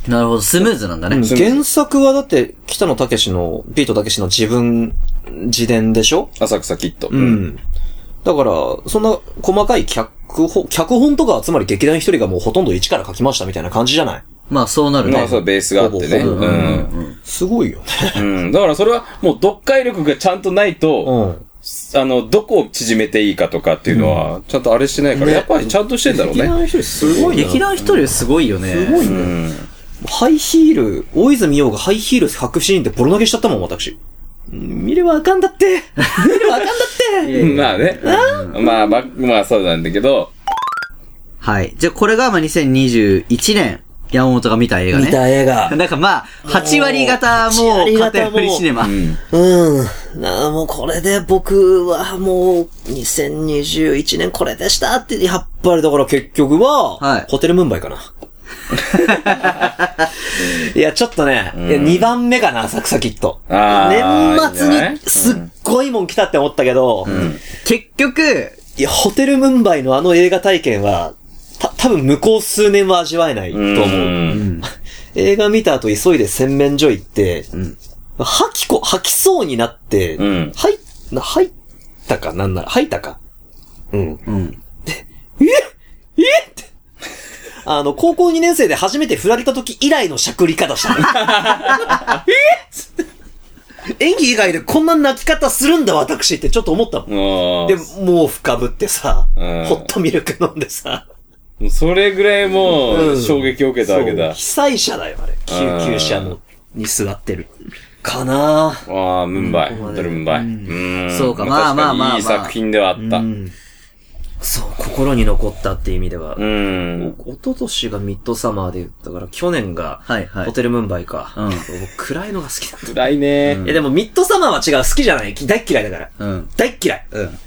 なるほど、スムーズなんだ
う
ね
ん。
そう
原作はだって、北野武の、ビート武の自分、自伝でしょ
浅草キッド。
うん。だから、そんな細かい脚本、脚本とかはつまり劇団一人がもうほとんど一から書きましたみたいな感じじゃない
まあ、そうなるね。
まあそう、ベースがあってね。
ほ
う
ぼほぼ
ん。
すごいよね。
うん。だからそれは、もう読解力がちゃんとないと、
うん。
あの、どこを縮めていいかとかっていうのは、ちゃんとあれしてないから、
ね
やっぱりちゃんとしてんだろう
劇
ね。
団一人すごい
劇
な。
団一人すごいよね。すごい
うん。
ハイヒール、大泉洋がハイヒール履くシーンでボロ投げしちゃったもん、私。うん見ればあかんだって [laughs] 見ればあかんだって
うんまあね。まあ、まあ、まあ、そうなんだけど、
はい。じゃあ、これが、まあ、2021年、山本が見た
[laughs]
映画ね。
映画。
なんかまあ、8割方もう、カテゴリーシネマ。
うん。なあもうこれで僕はもう2021年これでしたって、やっぱりだから結局は、
はい
ホテルムンバイ
[laughs]
かな。いや、ちょっとね、いや2番目かな、浅草キット。
あー
年末
いいんじゃない
にすっごいもん来たって思ったけど、
結局、
いや、ホテルムンバイのあの映画体験は、た、多分向こう数年は味わえないと
うん
思う。映画見た後急いで洗面所行って、吐きこ、吐きそうになって、
うん
はい、な、入ったかなんなら、吐いたか。うん。
うん。
ええって。あの、高校2年生で初めて振られた時以来のしゃくり方したね。
[laughs]
えっつって演技以外でこんな泣き方するんだ私ってちょっと思ったもん。
も
で、もう深ぶってさ、
うん
ホットミルク飲んでさ、
う、それぐらいも
う
う、
ん
衝撃を受けたわけ
そう
だ。
被災者だよ、あれ。
うん
救急車の、に座ってる。かなぁ。
ああ、ムンバイ。ホテルムンバイ。うん。
そうかまあ
確に
まあまあまあ
いい作品ではあった。
うんそう、心に残ったっていう意味では。
うん。
お一昨年がミッドサマーで、だから去年が、
はいはい
ホテルムンバイか。
うん
僕暗いのが好きなんだ。
辛いね
いや。でもミッドサマーは違う。好きじゃない。大っ嫌いだから。
うん。
大っ嫌い。
うん。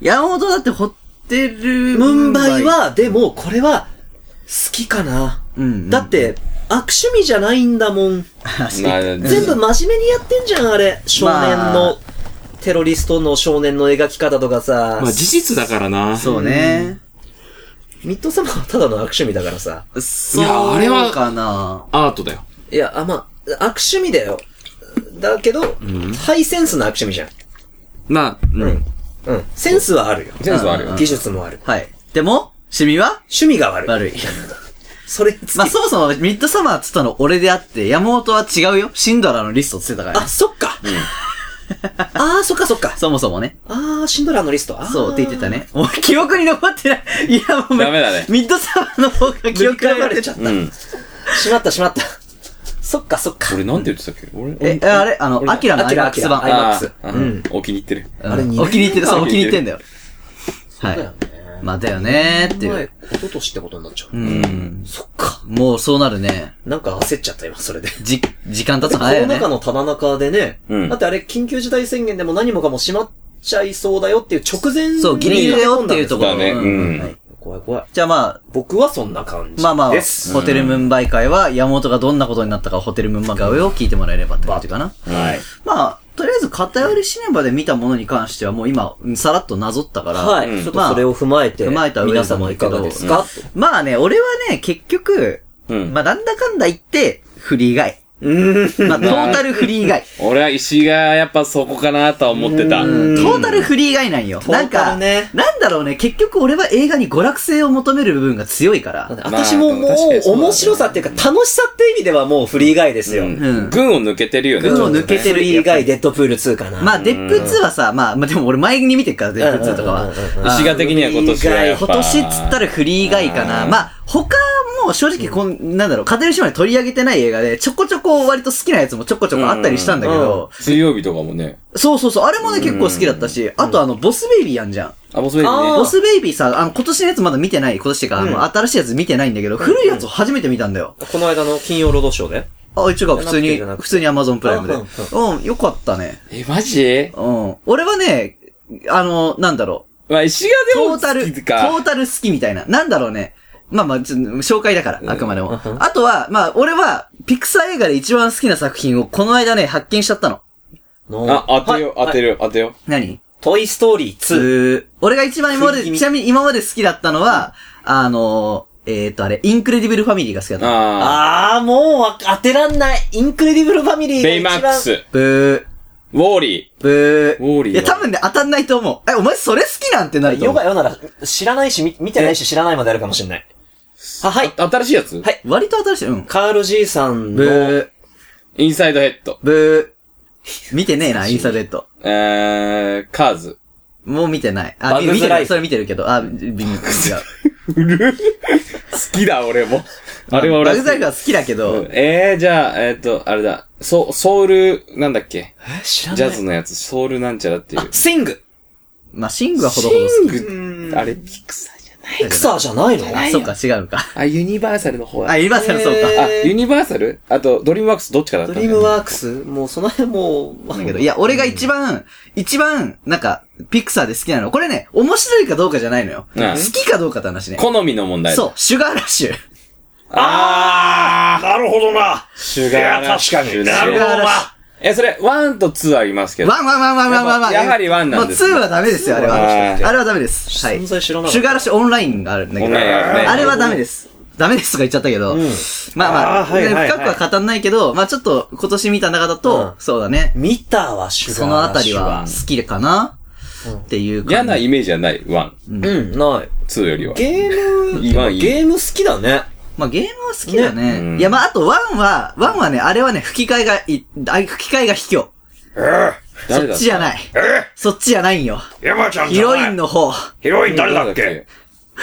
山本だって、ホテル、
ムンバイ、は、でもこれは、好きかな。
うん。
だっ、 [laughs] て、悪趣味じゃないんだもん。
まあうん
全部真面目にやってんじゃん、あれ。少年
まあ
の、テロリストの少年の描き方とかさ。
まあ事実だからな。
そうね。
ミッドサマーはただの悪趣味だからさ。
そう。
やあれは
かな。
アートだよ。
いや、あ、まあ、悪趣味だよ。だけど、ハイセンスな悪趣味じゃん。
な、う
うん。うん。センスはあるよ。
センスはあるよ
うん。
技術もある。
はい。でも、趣味は
趣味が悪い。
悪い。
それにつき
[laughs] まあそもそもミッドサマーっつったの俺であって、山本は違うよ。シンドラのリストっつってたから
あ、
ね。
そっか。あー、そっかそっか。
そもそもね。
あー、シンドラーのリスト。あー
そうって言ってた。ね。もう記憶に残ってない。いやもう。
ダメだね
ミッドサマーの方が記
記憶
憶
が
が
バ
割
れ
れ
ち
ち
ゃ
ゃっ。
ったた。しまったしまった。そっかそっか。
俺なんて言ってたっけ俺、
え、
俺
あれあの、アキラのアイマックス版。
アキラアイマックス
あ
IMAX
あ
うん
お気に入ってる。
うん
あれ二年
お気に入ってる、そう、お
前
気に入ってんだよ。は
だよ
い。
ね。
まあだよねーって
お
い
前
う。、
おととしってことになっちゃう。
うん。
そっか。
もうそうなるね。
なんか焦っちゃった今、それで。
じ、時間経つ
コ
の早い
ロ
よ
ナ
ね
禍。のただ中でね、
うん
だってあれ緊急事態宣言でも何もかも閉まっちゃいそうだよっていう直前に
そう、ギリギリだよっていうとこ
だ
ろ。
ねうん
はい
怖い怖い。
じゃあまあ、
僕はそんな感じ。
まあまあ、
です。
ホテルムンバイ会は、山本がどんなことになったか、ホテルムンバイ会を聞いてもらえればって感じかな。
はい。
まあ、とりあえず、偏りシネマで見たものに関しては、もう今、さらっとなぞったから、
は
う
い。
ん
ちょっとそれを踏まえて、
踏まえた上で
皆様いかがですか
まあね、俺はね、結局、
うん
まあ、なんだかんだ言って、フリー以外。
うん。
まあ、トータルフリー以外。
俺は石がやっぱそこかなとは思ってた。
トータルフリー以外なんよ。
トータルね
なんか、なんだろうね、結局俺は映画に娯楽性を求める部分が強いから。
私もも
まあ確かにそ
う、
うだね
面白さっていうか、楽しさって意味ではもうフリー以外ですよ。
ん
群を抜けてるよね。
群を抜け
フ
てる
リー以外、デッドプール2かな。
まあ、デップ2はさ、まあ、まあ、でも俺前に見てっから、デップ2
う
とか
ん
は
うんうんうん。
あー
石が的には今年はやっぱ。
今年っつったらフリー以外かな。
うん
まあ、他も正直こん、なんだろう、片吉まで取り上げてない映画で、ちょこちょこ割と好きなやつもちょこちょこあったりしたんだけ
うん
ど、
水曜日とかもね。
そうそうそう、あれもね結構好きだったし、あとあの、ボスベイビーやんじゃん。
あ、もうすでに
あ
ね
ー。
ボスベイビーさ、あの、今年のやつまだ見てない、今年っていうか、あ
うん
の、新しいやつ見てないんだけど、古いやつを初めて見たんだよ。
この間の金曜ロードショーで。
あ、違う、普通
じ
に
ゃなくてじゃなく、て
普通に Amazon プライムで。
あう
うん、よかったね。
え、マジ
うん。俺はね、あの、なんだろう。
まあ、石
ト
がでも
ータル、
好
ト
きか。
ータル好きみたいな。なんだろうね。まあまあ、ちょっと紹介だから、あくまでも。あとは、まあ、俺は、ピクサー映画で一番好きな作品をこの間ね、発見しちゃったの。
あ、当てよう、
はい
当てる、当てよ
何
トイストーリー2。
俺が一番今まで、
食い気味
ちなみに今まで好きだったのは、あの、えっ、と、あれ、インクレディブルファミリーが好きだっ
う。
たの。
ああ。
あー、もうわ当てらんない。インクレディブルファミリーが
ベイ
一
マ
番。
ックス、ウ
ブ
ォーリ
ー、ブー。
ウォーリー
いや、多分ね、当たんないと思う。え、お前それ好きなんてなると
ヨ
思
ガ
う。
ヨなら、知らないし、み見てないし、知らないまであるかもしれない。あ、はい。
ー。新しいやつ
はい
割と当たるし、うん。
カール爺さん
ブ
の、
ー、
インサイドヘッド。
ブー。見てねえな、インスタデット。
えー、カーズ。
もう見てない。あ、
バ
見
グ
見
ズ
て
ラ
な
イ
い。
フ
それ見てるけど。あ、微妙違う。
好きだ、俺も。 [laughs] あれは俺
バ
は
グ
好き
ズライフは好きだけど、
うんえー、じゃあ、えっ、と、あれだ。ソソウル、なんだっけ
え知ら
ジ
な
ャ
い
ズ。のやつ、ソウルなんちゃらっていう。
スイング
まあ、シングはほどほど好
キングあれ、ピクサーじゃない
ピクサーじゃないの
き。そうか、違うのか。
あ、ユニバーサルの方だ
あ、ユニバーサルそうか。
へー
あ、ユニバーサルあと、ドリームワークスどっちかだっ
ド
たんだ
リー
よね
ムワークスもうその辺もう、
だけど、いや、俺が一番、一番、なんか、ピクサーで好きなの。これね、面白いかどうかじゃないのよ。
うん
好きかどうかって話ね。
好みの問題だ。
そう、シュガーラッシュ。
あー
なるほどな
シュガーラッシュね
いや確かになるほどな
え、それ、ワンとツーありますけど。
ワンワンワンワンワンワンワン。
やっぱやはりワンなんですね
もう2はダメですよ、あれ
は
は。
い
あれはダメです。はい。
存在知らなかった
シュガーラッシュオンラインがあるんだけ
オン
ど、
ラインあるね
あれはダメです。ダメですとか言っちゃったけど、まあま
あ
あ、
ーはいはいはい
深くは語んないけど、まあちょっと今年見た中だと、
う
そうだね。
見たわ、シュ
その
ガー
あ
ラ
た
ッシ
り
ュ
は好きかなっていう
嫌
感じ。
なイメージはない、ワン。
うん、ない。
ツーよりは。
ゲーム、
いいわいい
ゲーム好きだね。
まあゲームは好きだよね。
ね
いやまああとワンは、ワンはね、あれはね、吹き替えがい、あ吹き替えが卑怯。そ
誰
っ
だ
ちじゃない。そっちじゃないんよ。
山ちゃん
ヒ
じゃ
ロ
ない
インの方、
ヒロイン誰だっけ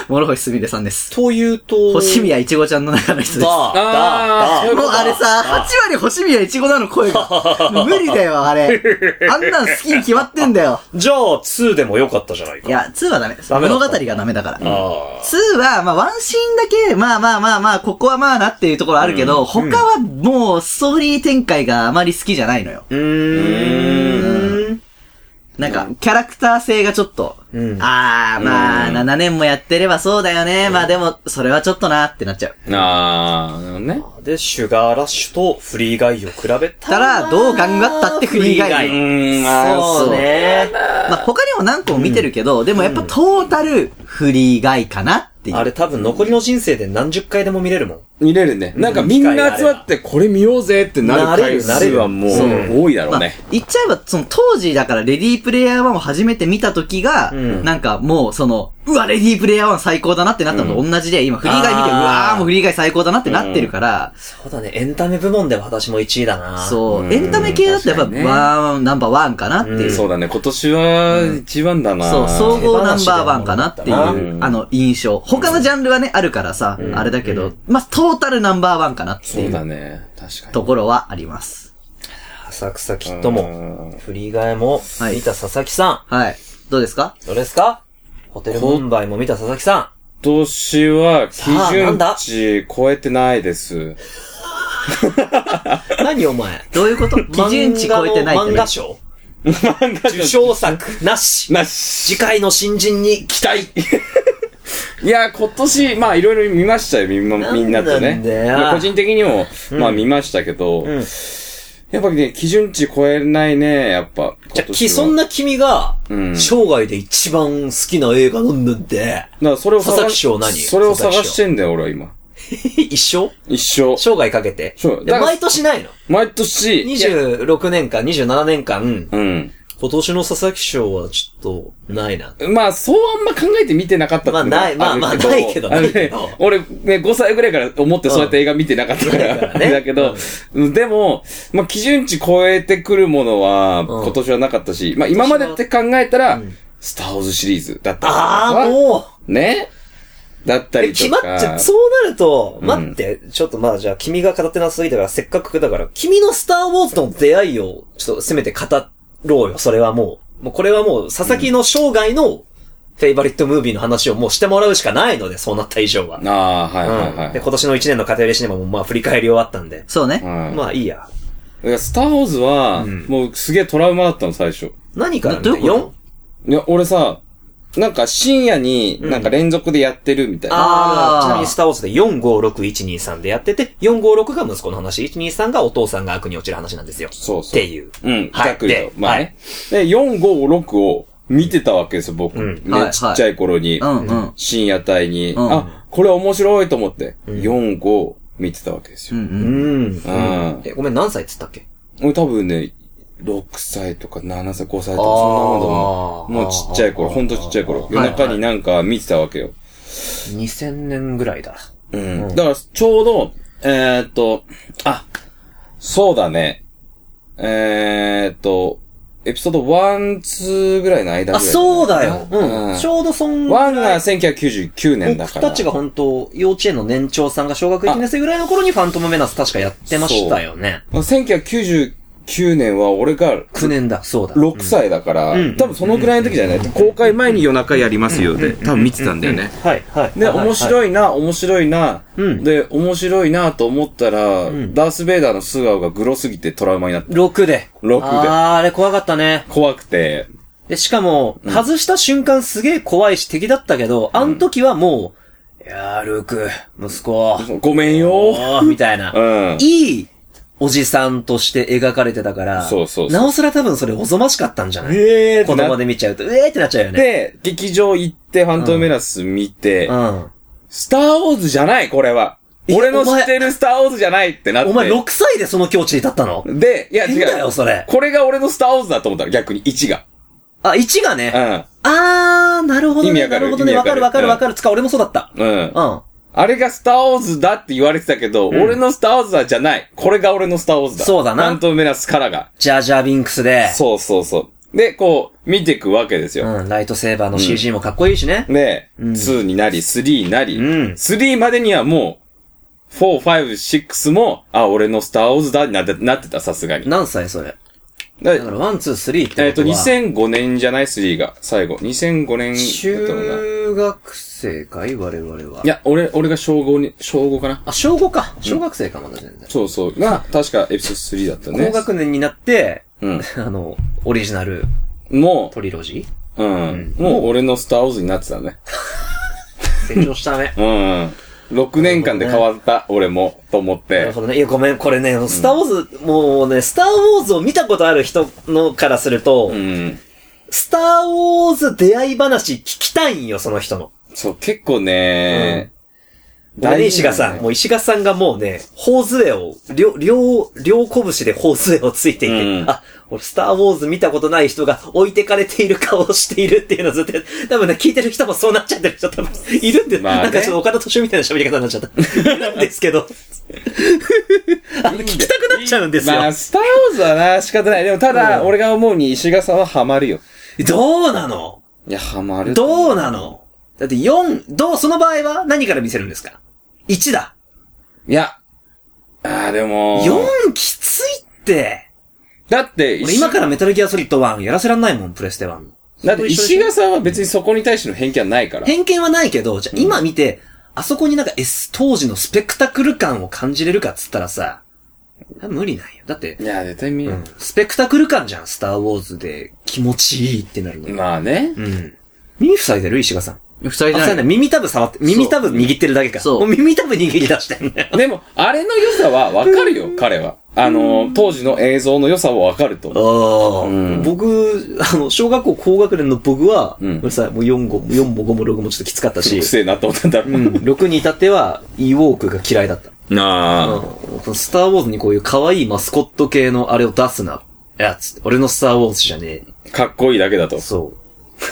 諸星すみれさんです。
というと、
星宮いちごちゃんの中の人です。
だ、
あー
だ、だ、
そういう
もう
こと
あれさ、8割星宮いちごなの声 [laughs] が。無理だよ、あ [laughs] れ。あんなん好きに決まってんだよ。
じゃあ、2でもよかったじゃない
い
か。
や、2はダメ。
ダメだ
物語がダメだから。
あ
2は、まあ、ワンシーンだけ、まあまあまあまあ、ここはまあなっていうところあるけど、他はもう、ストーリー展開があまり好きじゃないのよ。
うーん。
なんか、キャラクター性がちょっと、
うん
あー、まあ、7年もやってればそうだよね。まあでも、それはちょっとなってなっちゃう。
あー、なるほどね。
で、シュガーラッシュとフリーガイを比べた
たら、どう頑張ったってフリーガイ。
うーん、あー
そうね。
まあ、他にも何個も見てるけど、でもやっぱトータルフリーガイかなっていう。
あれ多分残りの人生で何十回でも見れるもん。
見れるね。なんかみんな集まってこれ見ようぜってなる回数はもう
なれるなれ
多いだろ
ま
う
あ
ね。、
言っちゃえば、その当時だからレディープレイヤー1を初めて見た時が、
ん
なんかもうその、うわ、レディープレイヤー1最高だなってなったのと同じで、今フリーガイ見て、う
あー
わーもうフリーガイ最高だなってなってるから、
そうだね、エンタメ部門では私も1位だな。
そうう、
ん
エンタメ系だとやっぱ、
確かにね
ワン、ナンバーワンかなっていう。
そうだね。今年は一番だな。
そう、総合ナンバーワンかなってい
う
う、
ん
あの、印象。他のジャンルはね、あるからさ、あれだけど、まあ、トータルナンバーワンかなって
そ
いう
だ
う
ね。確か
と
に。
ころはあります。
浅草キッ
と
ドも、フリーガイも
はい
見た佐々木さ
はい。どうですか
ん。どれですかホテルムンバイも見た佐々木さ
今年は基
さあなん
準
だ
値超えてないです。
ん。何お [laughs] 前。
どういうこと基準値超えてないって
漫
ね
画賞受賞作なし
なし。
次回の新人に期待
[laughs] いや、今年、まあいろいろ見ましたよ、みんな、みんなと
な
ね
んだ。よ
まあ個人的にも、まあ見ましたけど、
ん
やっぱね、基準値超えないね、やっぱ。
じゃあ、
今年
き、
は
そんな君が、
うん
生涯で一番好きな映画なんだ
[laughs]
って、
だからそれを
佐々
探
木賞何
し、それを探
佐々木賞
してんだよ、俺は今。
一生
一生。
生涯かけて。
そう
で
だから
毎年ないの
毎年、
?26 年間、27年間、
うん。
今年の佐々木賞はちょっと、ないな。
まあ、そうあんま考えて見てなかったっていうの
まあ
が
ないまあまあ
る
ないけど
あのね
ないけど
俺、ね、5歳ぐらいから思ってそうやって映画見てなかったか
うんないから
[laughs] ら、
ね
だけど、でも、まあ、基準値超えてくるものは、
ん
今年はなかったし、まあ、今までって考えたら、スターウォーズシリーズだったりと
ああ、
か、
もう
ねだった
え
りと
決
か
ま。っちゃう。そうなると、
ん
待って、ちょっとまあじゃあ君が語ってなさすぎたから、せっかくだから、君のスターウォーズとの出会いを、ちょっとせめて語ろうよ、それはもう。もうこれはもう、佐々木の生涯のフェイバリットムービーの話をもうしてもらうしかないので、そうなった以上は。
ああ、はいはいは
うん。
い。
で、今年の1年の片寄りシネマもまあ振り返り終わったんで。
そうね。
うん
まあいいや。
だからスターウォーズは、もうすげえトラウマだったの、最初。
何から見
どういうこと
た
いや、俺さ、なんか深夜になんか連続でやってるみたいな。
あー
ちなみにスターウォーズで456123でやってて、456が息子の話、123がお父さんが悪に落ちる話なんですよ。っ
そうそう
て。いう。
うん、
はい
ざっくりと
で。
まあね。で、4、5、6を見てたわけですよ、僕。
うん
はいは
ね
い、
ちっちゃい頃に
う。んうん。
深夜帯に。
うん
あ、これ面白いと思って。4、5見てたわけです
う
よ。
うんん
う。ん。
え、ごめん、何歳っつったっけ
俺多分ね、6歳とか7歳、5歳とか、そんなもんだもん。もうちっちゃい頃、ほんとちっちゃい頃、夜中になんか見てたわけよ。
?2000 年ぐらいだ。
うん。だから、ちょうど、えーっと、あ、そうだね。えーっと、エピソード1、2ぐらいの間ぐらい。
あ、そうだよ。
うん
うん。ちょうどそんぐら
1
い
が1999年だか
僕
ら。
たちが本当、幼稚園の年長さんが小学1年生ぐらいの頃にファントムメナス確かやってましたよね。
1999年は俺が
9年だ、そうだ。
6歳だから、
うん
多分そのぐらいの時じゃない、公開前に夜中やりますよで、多分見てたんだよね。
はい、はい。
で、
はい
面
はい。
白いな、面白いな、
うん
で、面白いなと思ったら、
ん
ダース・ベイダーの素顔がグロすぎてトラウマになった。
6で。
6で
あー、あれ怖かったね。
怖くて、
で、しかも、外した瞬間すげえ怖いし敵だったけど、あの時はもう、いやー、ルーク、息子、
ごめん
お
よ。
ー、みたいな
う。ん。
いいおじさんとして描かれてたから、
そうそうそう
なおさら多分それおぞましかったんじゃない
えー
子供で見ちゃうと、うえーってなっちゃうよね。
で、劇場行って、ファントムメラス見て、
うん。
スターウォーズじゃない、これは。
や
俺の
お
知
前
ってるスターウォーズじゃないってなって。
お前6歳でその境地に立ったの
で、いや
変
違
だよ、
う。
それ。
これが俺のスターウォーズだと思ったの、逆に1が。
あ、1がね。
う
あー、なるほど
意味わ
ね。な
かる
るほどね。
意味
わ
わ
か
か
る
る
わかるわかる。つか、俺もそうだった。
ん。うん。
うん。
あれがスターウォーズだって言われてたけど、俺のスターウォーズはじゃない。これが俺のスターウォーズだ。
そうだな
ファントムメラスからが。
ジャージャービンクスで、
そうそうそう。で、こう、見ていくわけですよ。
うん、ライトセーバーの CG もかっこいいしね。
で、2になり、3になり、
ん
3までにはもう、4、5、6も、あ、俺のスターウォーズだになってなってた、さすがに。
何歳それ
だ
だから、ワン、ツー、スリーってことは。
えっと、2005年じゃない、3が、最後。2005年だったのかな。
中学生かい我々は。
いや、俺、俺が小5に、小5かな。
あ、小5か。小学生か、まだ全然。
そうそう。が、確かエピソード3だったね
高。学年になって、
うん。
あの、オリジナル
も
トリロジ
う、うん。もう俺のスターウォーズになってたね。
ー成長したね。
うん。6年間で変わった、俺も、と思っ
なる
て。
ほどね。いや、ごめん、これね、スターウォーズ、もうね、スターウォーズを見たことある人のからすると、
うん。
スターウォーズ出会い話聞きたいんよ、その人の。
そう、結構ね、
俺ね、
大
石
事
賀
なんだ
さん。もう石賀さんがもうね、頬杖を、両、両、両拳で頬杖をついていて、
うん
あ、俺スターウォーズ見たことない人が置いてかれている顔をしているっていうのはずっと、多分ね、聞いてる人もそうなっちゃってる人多分いるんで、
まあね
なんかちょっと岡田敏夫みたいな喋り方になっちゃった。いるんですけど、あの、聞きたくなっちゃうんですよ。
まあ、スターウォーズはな、仕方ない。でも、ただ、俺が思うに石賀さんはハマるよ。
どうなの
いや、ハマる。
どうなのだって4、どう、その場合は何から見せるんですか ?1 だ。
いや。ああ、でも。
4きついって。
だって、
俺
石
今からメタルギアソリッド1やらせらんないもん、プレステ1の。
だって石賀さんは別にそこに対しての偏見はないから。
偏見はないけど、じゃあ今見て、あそこになんか S 当時のスペクタクル感を感じれるかっつったらさ、無理なんよ。だって
い、や、絶対見
う
る
ん。スペクタクル感じゃん、スターウォーズで気持ちいいってなるの。
まあね。
うん。耳塞いでる石賀さん。
二人じ
あ、そう
ゃ
や
な
ね、
い。
耳たぶ触って、耳たぶ握ってるだけか。
そう
も耳たぶ握り出してんだよ。
でも、あれの良さはわかるよ、彼は。あの、当時の映像の良さはわかると思う。
ああ、
うん
僕、あの、小学校高学年の僕は、
うん
これさ、もう4号、4も5も6もちょっときつかったし
く、せえなと思ったんだろ
うん、6に至っては、イウォークが嫌いだった。
う。な [laughs] あ。
うんスターウォーズにこういう可愛いマスコット系のあれを出すな。やつって、俺のスターウォーズじゃね
かっこいいだけだと
え。。そう。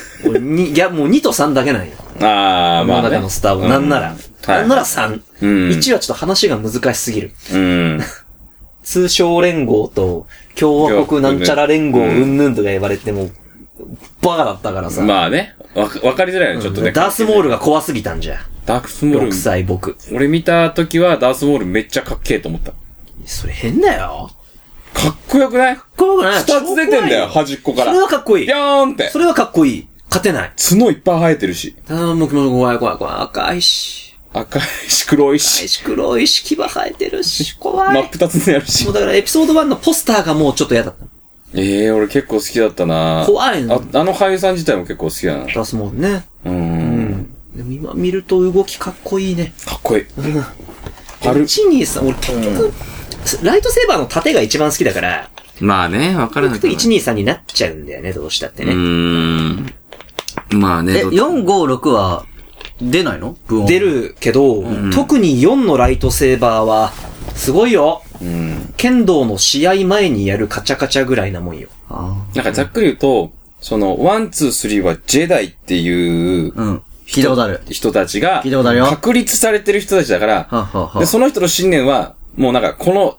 [laughs] 俺に、いや、もう2と3だけなんよ。
ああ、
世
ま
の
あね。
中のスターウォーズ。なんなら。
はい
なんなら3。
うん
1はちょっと話が難しすぎる。
うん。
通称連合と、共和国なんちゃら連合うんぬんとか言われても、バカだったからさ。
まあね。わかわかりづらいよね、ちょっとね。
ダースモールが怖すぎたんじゃ。
ダークスモール
6歳僕。
俺見た時はダースモールめっちゃかっけえと思った。
それ変だよ。
かっこよくない
かっこよくない
二つ出てんだよ、端っこか
そ
ら。
れはかっこいい
ビ。ョーンって
そ。れはかっこいい。勝てない。
角いっぱい生えてるし。
ああ、もう怖い怖い怖い。赤いし。
赤いし、黒い
赤い
し。
し、黒いし、牙生えてるし、怖い。
真っ二つになるし
もう。だからエピソード1のポスターがもうちょっと嫌だった。
ええ俺結構好きだったな
怖いの
あ、あの俳優さん自体も結構好きだな。
出すもんね。
うん。
でも今見ると動きかっこいいね。
かっこいい。パル
1、2、3、俺結局、
ライトセーバーの盾が一番好きだから、
まあね、わからなく
1、
もない
2、3になっちゃうんだよね、どうしたって
う
ね。
ーん。まあね、
え、
どっ
4、5、6は、出ないのブオン。
出。るけど、特に4のライトセーバーは、すごいよ。
うん。
剣道の試合前にやるカチャカチャぐらいなもんよ。
あ
なんかざっくり言うと、その、ワン、ツー、スリーはジェダイっていう
あ。うん。聞いたことある。
人たちが
聞いたことあるよ、
確立されてる人たちだから、
はあ、はあは
で、その人の信念は、もうなんか、この、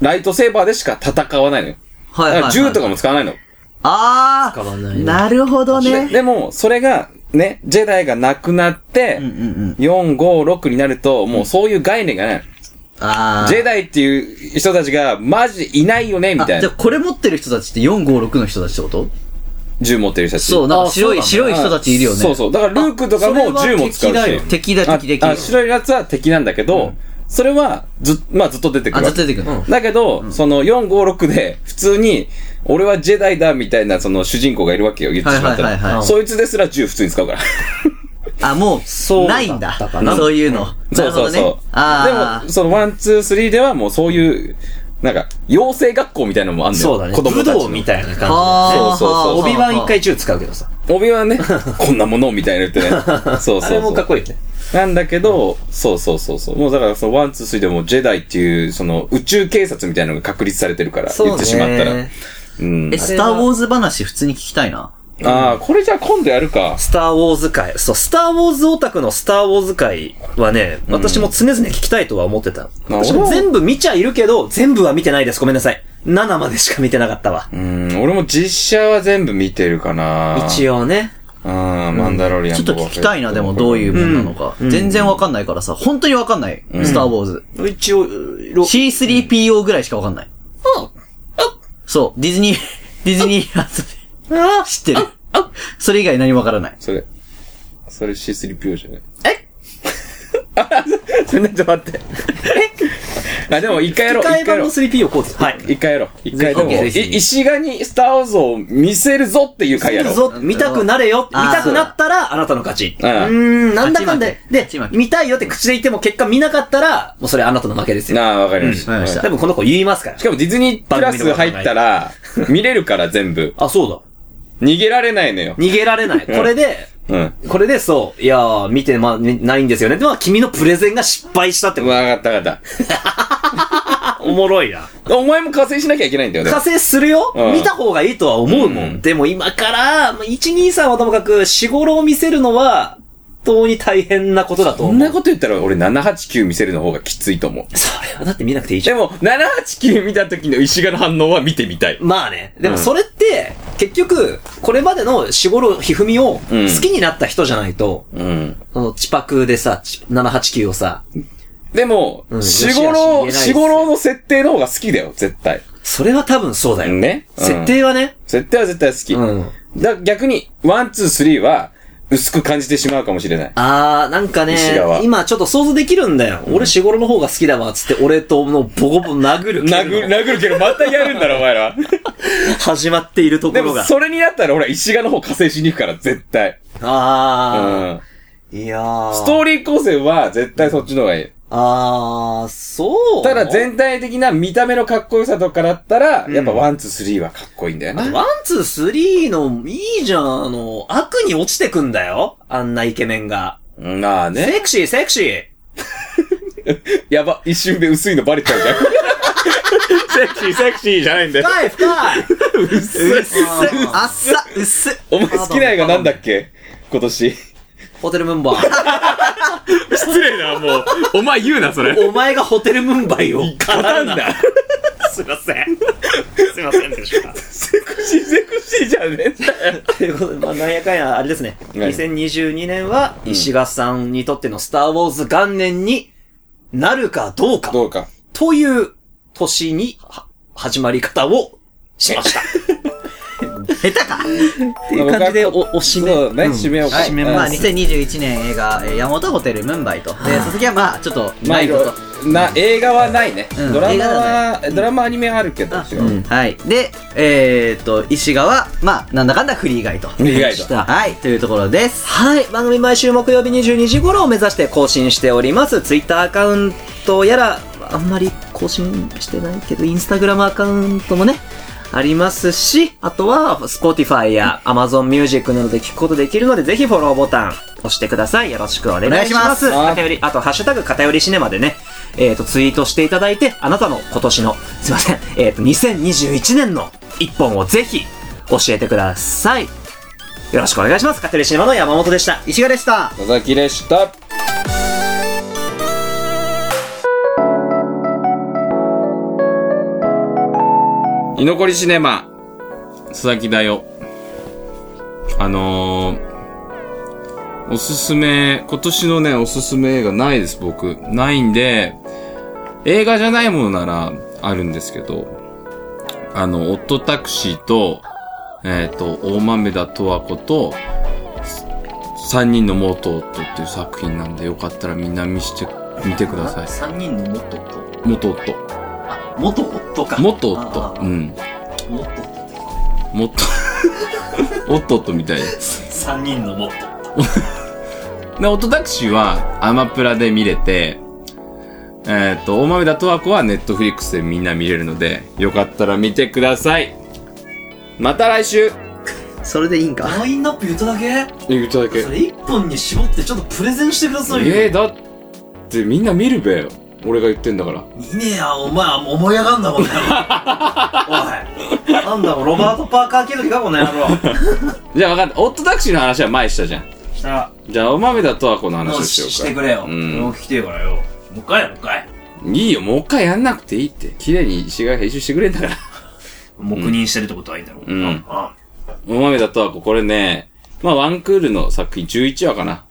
ライトセーバーでしか戦わないのよ。
あ、はい、はい
だか
は
ら
い。
銃とかも使わないの。
あ
使わ
あ
ない
なるほど
で
ね。
でも、それが、ね、ジェダイがなくなって
うん、うんうん。
4、5、6になると、もうそういう概念がない
あ
の。
あ。
ジェダイっていう人たちが、マジでいないよね、み
あ、じ
たい
ゃあ
な。
これ持ってる人たちって4、5、6の人たちってこと
銃持ってる人たち。
そう、なんか白い、
あ
白い人たちいるよね。
そうそう。だから、ルークとかも
あそれ
銃
は
も使
敵
う
だ
し
よ。敵だ、敵、敵。
ああ白いやつは敵なんだけど、それは、ず、まあずっと出てく
あ、
る
ず
わ
っと出
け。
てくる。
だけど、その4、5、6で、普通に、俺はジェダイだ、みたいな、その主人公がいるわけよ、言ってしまった
はいはいはいは
ら。
い
そいつですら銃普通に使う
[laughs]
から。
あ、もう、ないんだ。そういうの。な
そ
る
う
ほ
そ
ど
う
ね
そう。
あ
でも、その、ワン、ツー、スリーではもうそういう、なんか、養成学校みたいなのもあんのよ。
そうだね。
子供
武
たち
道
の。
みたいな
あ。
感
ああ。
そうそう
じ。
そ
帯
う
は一
回。
回銃使うけどさ。
帯
[laughs]
はね、こんなものみたいな言ってね。そうそうそう。
あれもかっこいいよね。
なんだけど、そうそうそうそう。もうだから、その、ワン、ツー、スリーでも、ジェダイっていう、その、宇宙警察みたいなのが確立されてるから、
そうね
言ってしまったら。うん
え、。スターウォーズ話普通に聞きたいな。
ああ、これじゃあ今度やるか。
スター・ウォーズ界。そう、スター・ウォーズオタクのスター・ウォーズ界はね、私も常々聞きたいとは思ってた。
まあ
私
俺
も
は
全部見ちゃいるけど、全部は見てないです。ごめんなさい。7までしか見てなかったわ。
うん、俺も実写は全部見てるかな。
一
応。
応ね。
うん、マンダロリアン。
ちょっと聞きたいな、でもどういうものなのか。全然わかんないからさ、本当にわかんない。スターウォーズ。
一応、ロ
C3PO ぐらいしかわかんない。そう、ディズニー、ディズニーランドで知ってる。それ以外何もわからない。
それ、それ C3PO じゃないえあ、それね、 [laughs] ちょっと待って。えあ、でも一回やろう、
回
一回や
版
ろ
の
う。
3P をこうです。はい。
一回やろう。一回でも、
ぜひ
い
ぜひ
石賀にスターウォーズを見せるぞっていう回やろう。
ぞ見たくなれよ。見
あー
たくなったら、あなたの勝ち。う
うん
ーん、なんだかんだ
勝ち負。け
で
勝ち負、け
見たいよって口で言っても結果見なかったら、もうそれあなたの負けですよ。
なあ、わかりました。
わかりました
多分この子言いますから
し。かもディズニープラス入ったら、見れるから全部。
あ、そう
逃げられないのよ。
だ。逃げられない。これで、
うん。
これでそう、いやー、見てま、みないんですよね。でも、君のプレゼンが失敗したってこ
わかったわかっ
と。おもろいな。
た。お前も加勢しなきゃいけないんだよ、でも
[laughs] 加勢するよ、
うん
見た方がいいとは思うもん。
うん
でも今から、まあ123はともかく、しごろを見せるのは、本当に大変なことだと
そ
思
ん
う。
なこと言ったら俺789見せるの方がきついと思う。
それはだって見なくていいじゃん。
でも、789見た時の石賀の反応は見てみたい。
まあね。でもそれって、結局、これまでのしごろひふみを好
うん
きになった人じゃないと、
うん。
その、チパクでさ、ち789をさ、
でも
う、ん
し
よし
ご
よし言えない
ろ
で
う、
す
しごろうの設定の方が好きだよ、絶対。
それは多分そうだよ。
ねうん
設定はね、
設定は絶対好き。
うん
だ逆に、ワン、ツー、スリーは、薄く感じてしまうかもしれない。
あー、なんかね
西側、
今ちょっと想像できるんだよ。俺、しごろの方が好きだわ、つって、俺とのボコボコ殴る。
殴る、
る。
殴るけど、またやるんだろ、お前ら。
始まっているとこ
で
ろ
も、
が。
[laughs] それになったら、ほら、石賀の方加勢しに行くから、絶対。う
あ
ん。
ー。いやー。
ストーリー構成は、絶対そっちの方がいい。
あー、そう。
ただ、全体的な見た目のかっこよさとかだったら、やっぱ、ワン、ツー、スリーはかっこいいんだよな。
ワン、ツー、スリーの、いいじゃん、あの、悪に落ちてくんだよ。あんなイケメンが。
うんまあね。
セクシー、セクシー。
やば、一瞬で薄いのバレちゃうじゃん。
セクシー、セクシーじゃないんだよ。
深い、深い。
あっさ、うっす。
お前好きな映画なんだっけ今年。
ホテルムンバイ。
失礼だ、もう。お前言うな、それ。
お前がホテルムンバイを語るな。
すいません。すいませんでした。
セクシー、セクシーじゃねえんだよ。
ということで、まあ、なんやかんや、あれですね。
はい
2022年は、石賀さんにとってのスターウォーズ元年になるかどうか、
どうか。
という年に、は始まり方をしました。
下手か
って
いう感じで [laughs] おお締め
そうね、締めようか。
はい。まあ、
うん
2021年映画、えー山本ホテルムンバイと。で、佐々木はまあ、ちょっと、
まあ
ないい
ろ
こ
いろ
と。
な、映画はないね。
うん
ドラ
映
マ
画では
は、ドラマアニメはあるけど、違う。
はい。で、えー、っと、石川は、まあ、なんだかんだフリー以外と。
フリー以外と
したはい、というところです。
はい。番組毎週木曜日22時頃を目指して更新しております。ツイッターアカウントやら、あんまり更新してないけど、インスタグラムアカウントもね、ありますし、あとは、Spotify や Amazon Music などで聞くことできるので、ぜひフォローボタン押してください。よろしくお願いします。
お願いします
偏り、あと、ハッシュタグ偏りシネマでね、えっ、と、ツイートしていただいて、あなたの今年の、すいません、えっ、と、2021年の一本をぜひ教えてください。よろしくお願いします。カテレシネマの山本でした。
石川でした。
佐々木でした。居残りシネマ、佐々木だよ。あのー、おすすめ、今年のね、おすすめ映画ないです、僕。ないんで、映画じゃないものならあるんですけど、あの、オットタクシーと、えっ、と、大豆田十和子と、三人のモートートっていう作品なんで、よかったらみんな見して、見てください。
3人の元夫。
元夫。
あ、元夫か。
元
あ
夫。
あ
うん。
元夫。
元。夫夫みたいです。
3人の元夫。
で、オトタクシーはアマプラで見れて、えっ、と、大豆田十和子はネットフリックスでみんな見れるので、よかったら見てください。また来週
それでいいんか。
ラインナップ言っただけ
言うとだけ
それ1本に絞ってちょっとプレゼンしてくださいよ。
えー、だってみんな見るべ。俺が言ってんだから。
見ねえや、お前、思い上がんだ、この野郎。おい。なんだ、ロバート・パーカー気取りか、この野郎。
じゃあ分かんない。オットタクシーの話は前したじゃん。
した
じゃあ、大豆田十和子の話
も
を
う
しよう
し
か。
してくれよ。
うん
もう聞きてえからよ。もう一回や、もう一回。
いいよ、もう一回やんなくていいって。綺麗に石川編集してくれんだから。
黙認してるってことはいいんだろう。
うん
あ
お豆だとはこれね、まあワンクールの作品11話かな。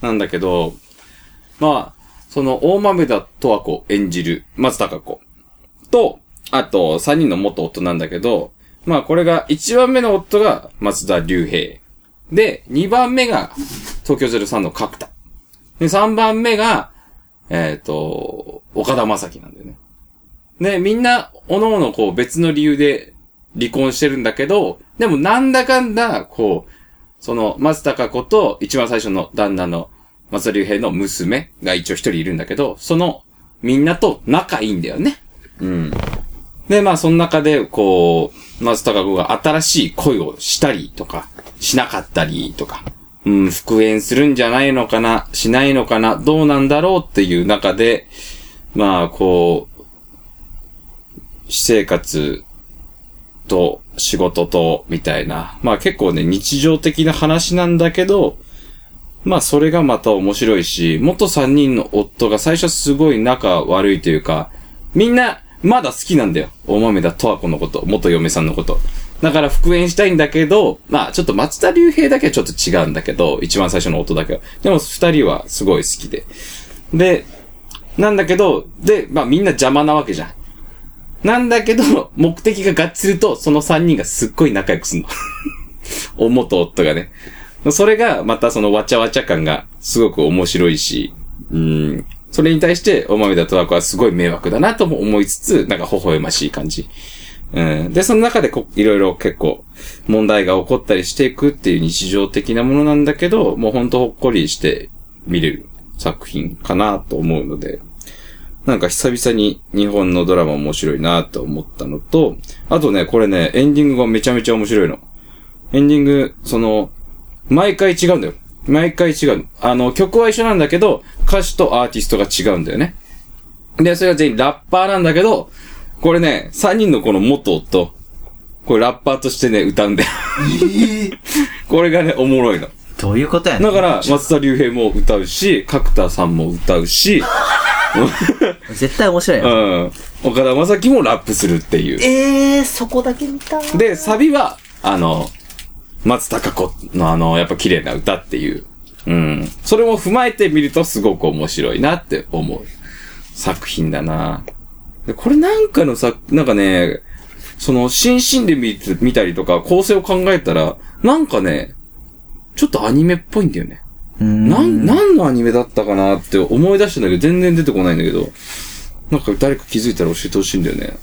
なんだけど、まあ、その大豆田とは子演じる松たか子と、あと3人の元夫なんだけど、まあこれが1番目の夫が松田龍平。で、2番目が東京03の角田。で、3番目が、えっ、と、岡田正樹なんだよね。で、みんな、おのおのこう別の理由で離婚してるんだけど、でもなんだかんだ、こう、その、松たか子と一番最初の旦那の松田龍平の娘が一応一人いるんだけど、その、みんなと仲いいんだよね。うん。で、まあ、その中で、こう、松たか子が新しい恋をしたりとか、しなかったりとか、うん、復縁するんじゃないのかな、しないのかな、どうなんだろうっていう中で、まあ、こう、私生活と仕事と、みたいな。まあ結構ね、日常的な話なんだけど、まあそれがまた面白いし、元3人の夫が最初すごい仲悪いというか、みんなまだ好きなんだよ。大豆田十和子のこと、元嫁さんのこと。だから復縁したいんだけど、まあちょっと松田龍平だけはちょっと違うんだけど、一番最初の夫だけは。でも二人はすごい好きで。で、なんだけど、で、まあみんな邪魔なわけじゃん。なんだけど、目的が合致すると、その3人がすっごい仲良くすんの。 [laughs] お元夫がね。それが、またそのわちゃわちゃ感が、すごく面白いし、うん。それに対して、お豆だとわこはすごい迷惑だなとも思いつつ、なんか微笑ましい感じ。うん。で、その中でこ、いろいろ結構、問題が起こったりしていくっていう日常的なものなんだけど、もうほんとほっこりして見れる作品かなと思うので、なんか久々に日本のドラマ面白いなと思ったのと、あとね、これね、エンディングがめちゃめちゃ面白いの。エンディング、その、毎回違うんだよ。毎回違うの。あの、曲は一緒なんだけど、歌手とアーティストが違うんだよね。で、それは全員ラッパーなんだけど、これね、3人のこの元夫、これラッパーとしてね、歌うんだよ。 [laughs] これがね、おもろいの。
どういうことやねん
だから、松田龍平も歌うし、角田さんも歌うし、
絶対面白いよ。
うん。岡田将生もラップするっていう。ええそこだけ見たで、サビは、あの、松たか子のあの、やっぱ綺麗な歌っていう。うん。それも踏まえてみるとすごく面白いなって思う作品だなでこれなんかのさ、なんかね、その、新進で見て見たりとか、構成を考えたら、なんかね、ちょっとアニメっぽいんだよね。なん、なんのアニメだったかなって思い出したんだけど、全然出てこないんだけど、なんか誰か気づいたら教えてほしいんだよね。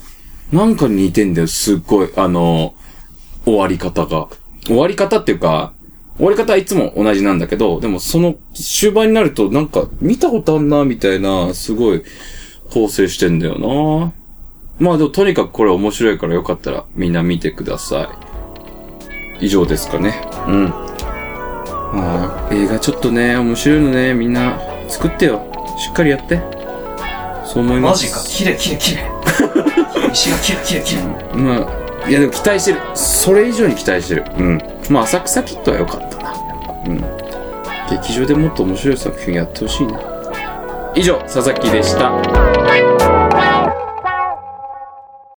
なんかに似てんだよ、すっごい、あの、終わり方が。終わり方っていうか、終わり方はいつも同じなんだけど、でもその終盤になるとなんか見たことあんな、みたいな、すごい構成してんだよなまあでもとにかくこれ面白いからよかったらみんな見てください。以上ですかね。うん。まあ、映画ちょっとね、面白いのね、みんな作ってよ。しっかりやって。そう思います。
キレキレ
[laughs]
キレ。石がキレキレキレ。
まあ、いやでも期待してる。それ以上に期待してる。うん。まあ、浅草キッドは良かったな。うん。劇場でもっと面白い作品やってほしいな。以上、佐々木でした。